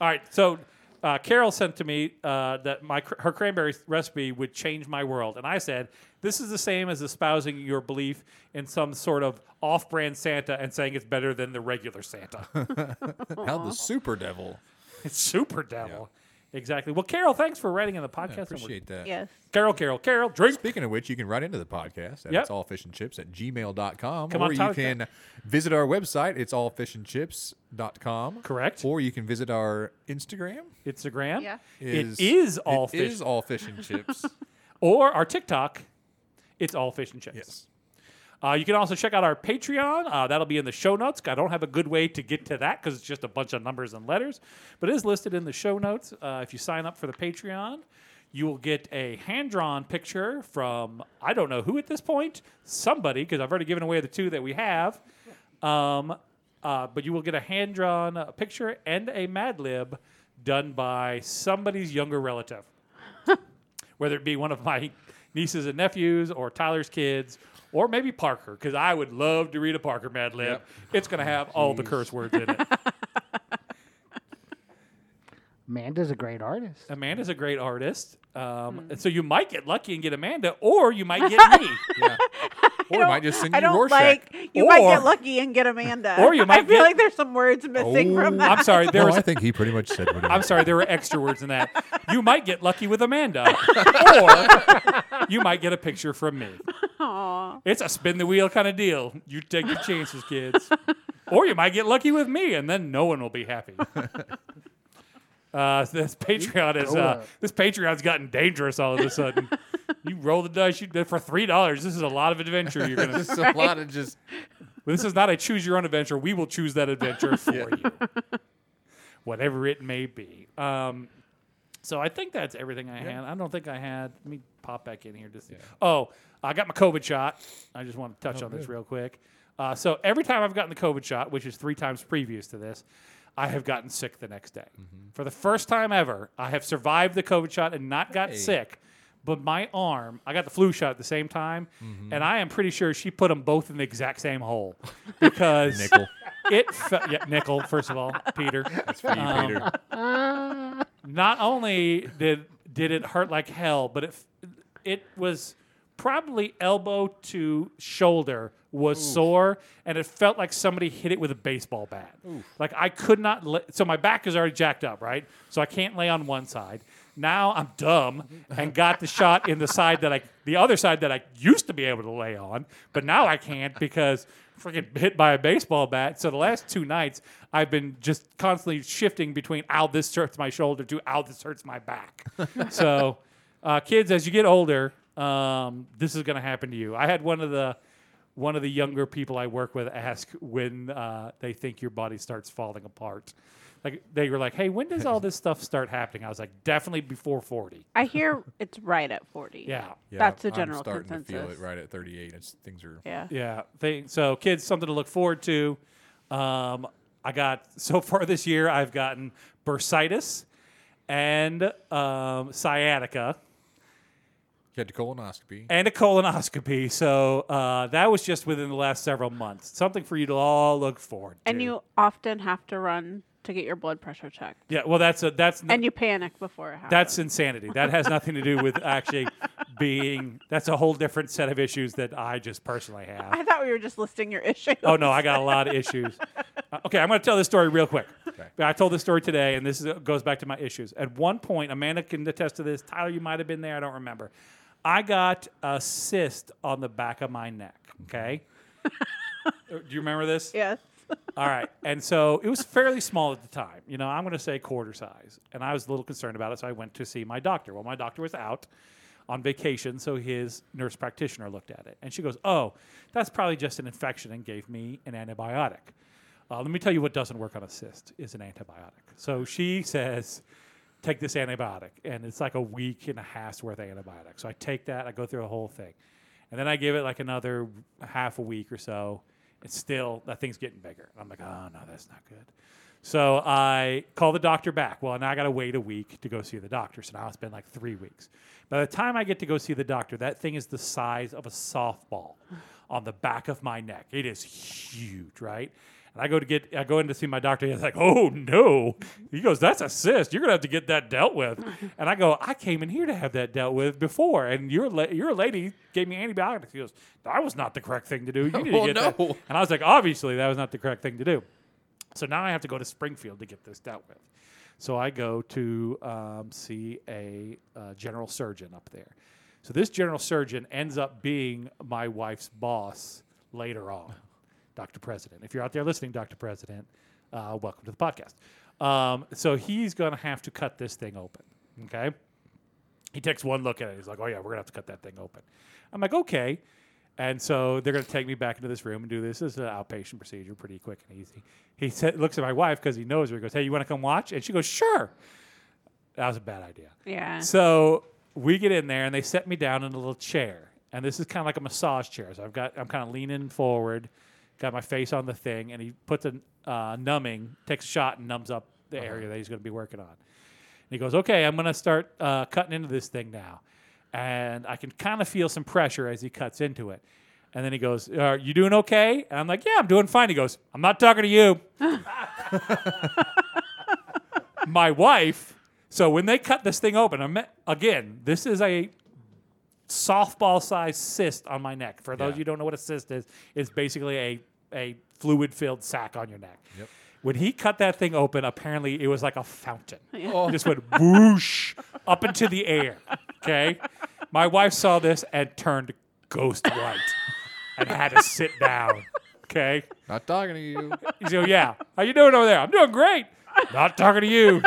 Speaker 1: All right, so uh, Carol sent to me uh, that my cr- her cranberry recipe would change my world, and I said this is the same as espousing your belief in some sort of off-brand Santa and saying it's better than the regular Santa.
Speaker 2: How the super devil.
Speaker 1: it's super devil. Exactly. Well, Carol, thanks for writing in the podcast. and we're-
Speaker 2: Appreciate that.
Speaker 4: Yes.
Speaker 1: Carol, Carol, Carol, drink.
Speaker 2: Speaking of which, you can write into the podcast at
Speaker 1: Yep.
Speaker 2: it's all fish and chips at gmail.com.
Speaker 1: Come
Speaker 2: or
Speaker 1: on,
Speaker 2: you
Speaker 1: talk-
Speaker 2: can visit our website, it's all fish and chips.com.
Speaker 1: Correct.
Speaker 2: Or you can visit our Instagram.
Speaker 1: Instagram.
Speaker 4: Yeah.
Speaker 1: It is all
Speaker 2: it
Speaker 1: fish,
Speaker 2: is all fish and chips.
Speaker 1: or our TikTok. It's all fish and chips.
Speaker 2: yes.
Speaker 1: Uh, you can also check out our Patreon. Uh, that'll be in the show notes. I don't have a good way to get to that because it's just a bunch of numbers and letters, but it is listed in the show notes. Uh, if you sign up for the Patreon, you will get a hand drawn picture from I don't know who at this point, somebody, because I've already given away the two that we have. Um, uh, but you will get a hand drawn uh, picture and a Mad Lib done by somebody's younger relative whether it be one of my nieces and nephews or Tyler's kids or maybe Parker, because I would love to read a Parker Mad Lib.
Speaker 2: Yep.
Speaker 1: It's going to have all the curse words in it.
Speaker 3: Amanda's a great artist.
Speaker 1: Amanda's a great artist. Um, and So you might get lucky and get Amanda, or you might get me.
Speaker 2: Yeah. Or we might just send
Speaker 4: I
Speaker 2: you
Speaker 4: don't
Speaker 2: Rorschach.
Speaker 4: like. You might
Speaker 1: Or-
Speaker 4: get lucky and get Amanda.
Speaker 1: Or you
Speaker 4: I
Speaker 1: might
Speaker 4: feel
Speaker 1: get- Oh,
Speaker 4: like there's some words missing from that.
Speaker 1: I'm sorry. There
Speaker 2: No,
Speaker 1: was.
Speaker 2: Oh, I think he pretty much said what he
Speaker 1: I'm sorry. There were extra words in that. You might get lucky with Amanda, or you might get a picture from me.
Speaker 4: Aw.
Speaker 1: It's a spin the wheel kind of deal. You take your chances, kids. or you might get lucky with me, and then no one will be happy. Uh, so this Patreon is
Speaker 3: go
Speaker 1: uh,
Speaker 3: up.
Speaker 1: this Patreon's gotten dangerous all of a sudden. you roll the dice. You for three dollars. This is a lot of adventure. You're gonna.
Speaker 2: Just a lot of just
Speaker 1: this is not a choose your own adventure. We will choose that adventure for you, whatever it may be. Um, so I think that's everything I had. I don't think I had. Let me pop back in here. Just oh, I got my COVID shot. I just want to touch on this real quick. Uh, so every time I've gotten the COVID shot, which is three times previous to this, I have gotten sick the next day. For the first time ever, I have survived the COVID shot and not got sick. But my arm, I got the flu shot at the same time, and I am pretty sure she put them both in the exact same hole because
Speaker 2: nickel.
Speaker 1: it felt yeah, nickel first of all, Peter Um,
Speaker 2: For you, Peter.
Speaker 1: not only did did it hurt like hell, but it f- it was probably elbow to shoulder was sore, and it felt like somebody hit it with a baseball bat. Like I could not. La- so my back is already jacked up, right? So I can't lay on one side. Now I'm dumb and got the shot in the side that I, the other side that I used to be able to lay on, but now I can't because freaking hit by a baseball bat. So the last two nights, I've been just constantly shifting between ow, this hurts my shoulder to ow, this hurts my back. so, uh, kids, as you get older, um, this is going to happen to you. I had one of the one of the younger people I work with ask when uh, they think your body starts falling apart. Like they were like, "Hey, when does all this stuff start happening?" I was like, "Definitely before 40."
Speaker 4: I hear it's right at 40.
Speaker 1: Yeah.
Speaker 2: Yeah,
Speaker 4: That's the
Speaker 2: I'm
Speaker 4: general
Speaker 2: starting
Speaker 4: consensus.
Speaker 2: to feel it right at 38. It's things are
Speaker 4: Yeah.
Speaker 1: Yeah. Thing, so, kids, something to look forward to. Um, I got so far this year. I've gotten bursitis and um, sciatica
Speaker 2: you had to colonoscopy.
Speaker 1: and a colonoscopy. So uh, that was just within the last several months. Something for you to all look forward to.
Speaker 4: And you often have to run to get your blood pressure checked.
Speaker 1: yeah. Well, that's a that's
Speaker 4: And you panic before it happens.
Speaker 1: that's insanity. That has nothing to do with actually being. That's a whole different set of issues that I just personally have.
Speaker 4: I thought we were just listing your issues.
Speaker 1: Oh no, I got a lot of issues. Uh, okay, I'm going to tell this story real quick.
Speaker 2: Okay.
Speaker 1: I told this story today, and this is, goes back to my issues. At one point, Amanda can attest to this. Tyler, you might have been there. I don't remember. I got a cyst on the back of my neck. Okay. Uh, Do you remember this?
Speaker 4: Yes.
Speaker 1: All right. And so it was fairly small at the time. You know, I'm going to say quarter size. And I was a little concerned about it. So I went to see my doctor. Well, my doctor was out on vacation. So his nurse practitioner looked at it. And she goes, Oh, that's probably just an infection and gave me an antibiotic. Uh, let me tell you what doesn't work on a cyst is an antibiotic. So she says, Take this antibiotic. And it's like a week and a half's worth of antibiotic. So I take that, I go through the whole thing. And then I give it like another half a week or so. It's still that thing's getting bigger. And I'm like, oh no, that's not good. So I call the doctor back. Well, now I got to wait a week to go see the doctor. So now it's been like three weeks. By the time I get to go see the doctor, that thing is the size of a softball on the back of my neck. It is huge, right? And I go to get, I go in to see my doctor. He's like, "Oh no!" He goes, "That's a cyst. You're gonna have to get that dealt with." And I go, "I came in here to have that dealt with before, and your la- your lady gave me antibiotics." He goes, "That was not the correct thing to do. You need
Speaker 2: Well,
Speaker 1: to get
Speaker 2: no.
Speaker 1: that." And I was like, "Obviously, that was not the correct thing to do." So now I have to go to Springfield to get this dealt with. So I go to um, see a uh, general surgeon up there. So this general surgeon ends up being my wife's boss later on, Dr. President. If you're out there listening, Dr. President, uh, welcome to the podcast. Um, so he's going to have to cut this thing open. Okay. He takes one look at it. He's like, "Oh yeah, we're gonna have to cut that thing open." I'm like, "Okay," and so they're gonna take me back into this room and do this. This is an outpatient procedure, pretty quick and easy. He said, looks at my wife because he knows her. He goes, "Hey, you want to come watch?" And she goes, "Sure." That was a bad idea.
Speaker 4: Yeah.
Speaker 1: So we get in there and they set me down in a little chair, and this is kind of like a massage chair. So I've got I'm kind of leaning forward, got my face on the thing, and he puts a uh, numbing, takes a shot, and numbs up the area that he's going to be working on. And he goes, "Okay, I'm going to start uh, cutting into this thing now," and I can kind of feel some pressure as he cuts into it. And then he goes, "Are you doing okay?" And I'm like, "Yeah, I'm doing fine." He goes, "I'm not talking to you." my wife. So when they cut this thing open, I'm, again, this is a softball-sized cyst on my neck. For those
Speaker 2: Yeah.
Speaker 1: of you who don't know what a cyst is, it's basically a a fluid-filled sac on your neck.
Speaker 2: Yep.
Speaker 1: When he cut that thing open, apparently it was like a fountain.
Speaker 2: Oh.
Speaker 1: It just went whoosh up into the air. Okay, my wife saw this and turned ghost white and had to sit down. Okay.
Speaker 2: Not talking to you.
Speaker 1: He's like, yeah. How you doing over there? I'm doing great. Not talking to you.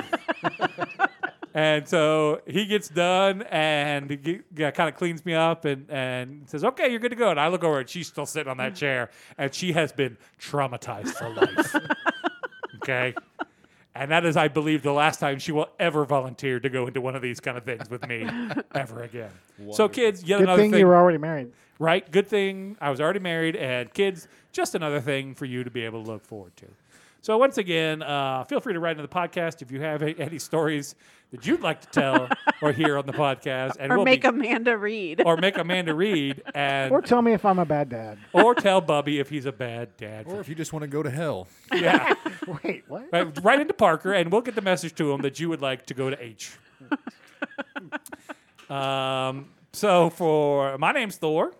Speaker 1: and so he gets done and kind of cleans me up and, and says, okay, you're good to go. And I look over and she's still sitting on that chair and she has been traumatized for life. okay. And that is, I believe, the last time she will ever volunteer to go into one of these kind of things with me ever again. So, kids, yet
Speaker 3: Good
Speaker 1: another
Speaker 3: thing,
Speaker 1: thing
Speaker 3: you were already married.
Speaker 1: right? Good thing I was already married and kids. Just another thing for you to be able to look forward to. So once again, uh, feel free to write into the podcast if you have a- any stories that you'd like to tell or hear on the podcast, and
Speaker 4: or
Speaker 1: we'll
Speaker 4: make
Speaker 1: be,
Speaker 4: Amanda read.
Speaker 1: or make Amanda read and
Speaker 3: Or
Speaker 1: or,
Speaker 3: tell me if I'm a bad dad.
Speaker 1: tell Bubby if he's a bad dad.
Speaker 2: Or if you just want to go to hell.
Speaker 1: yeah,
Speaker 3: Wait, what?
Speaker 1: right, right into Parker, and we'll get the message to him that you would like to go to H. Um, so for my name's Thor.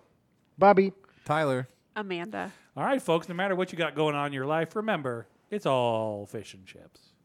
Speaker 3: Bobby,
Speaker 2: Tyler.
Speaker 4: Amanda.
Speaker 1: All right, folks, no matter what you got going on in your life, remember it's all fish and chips.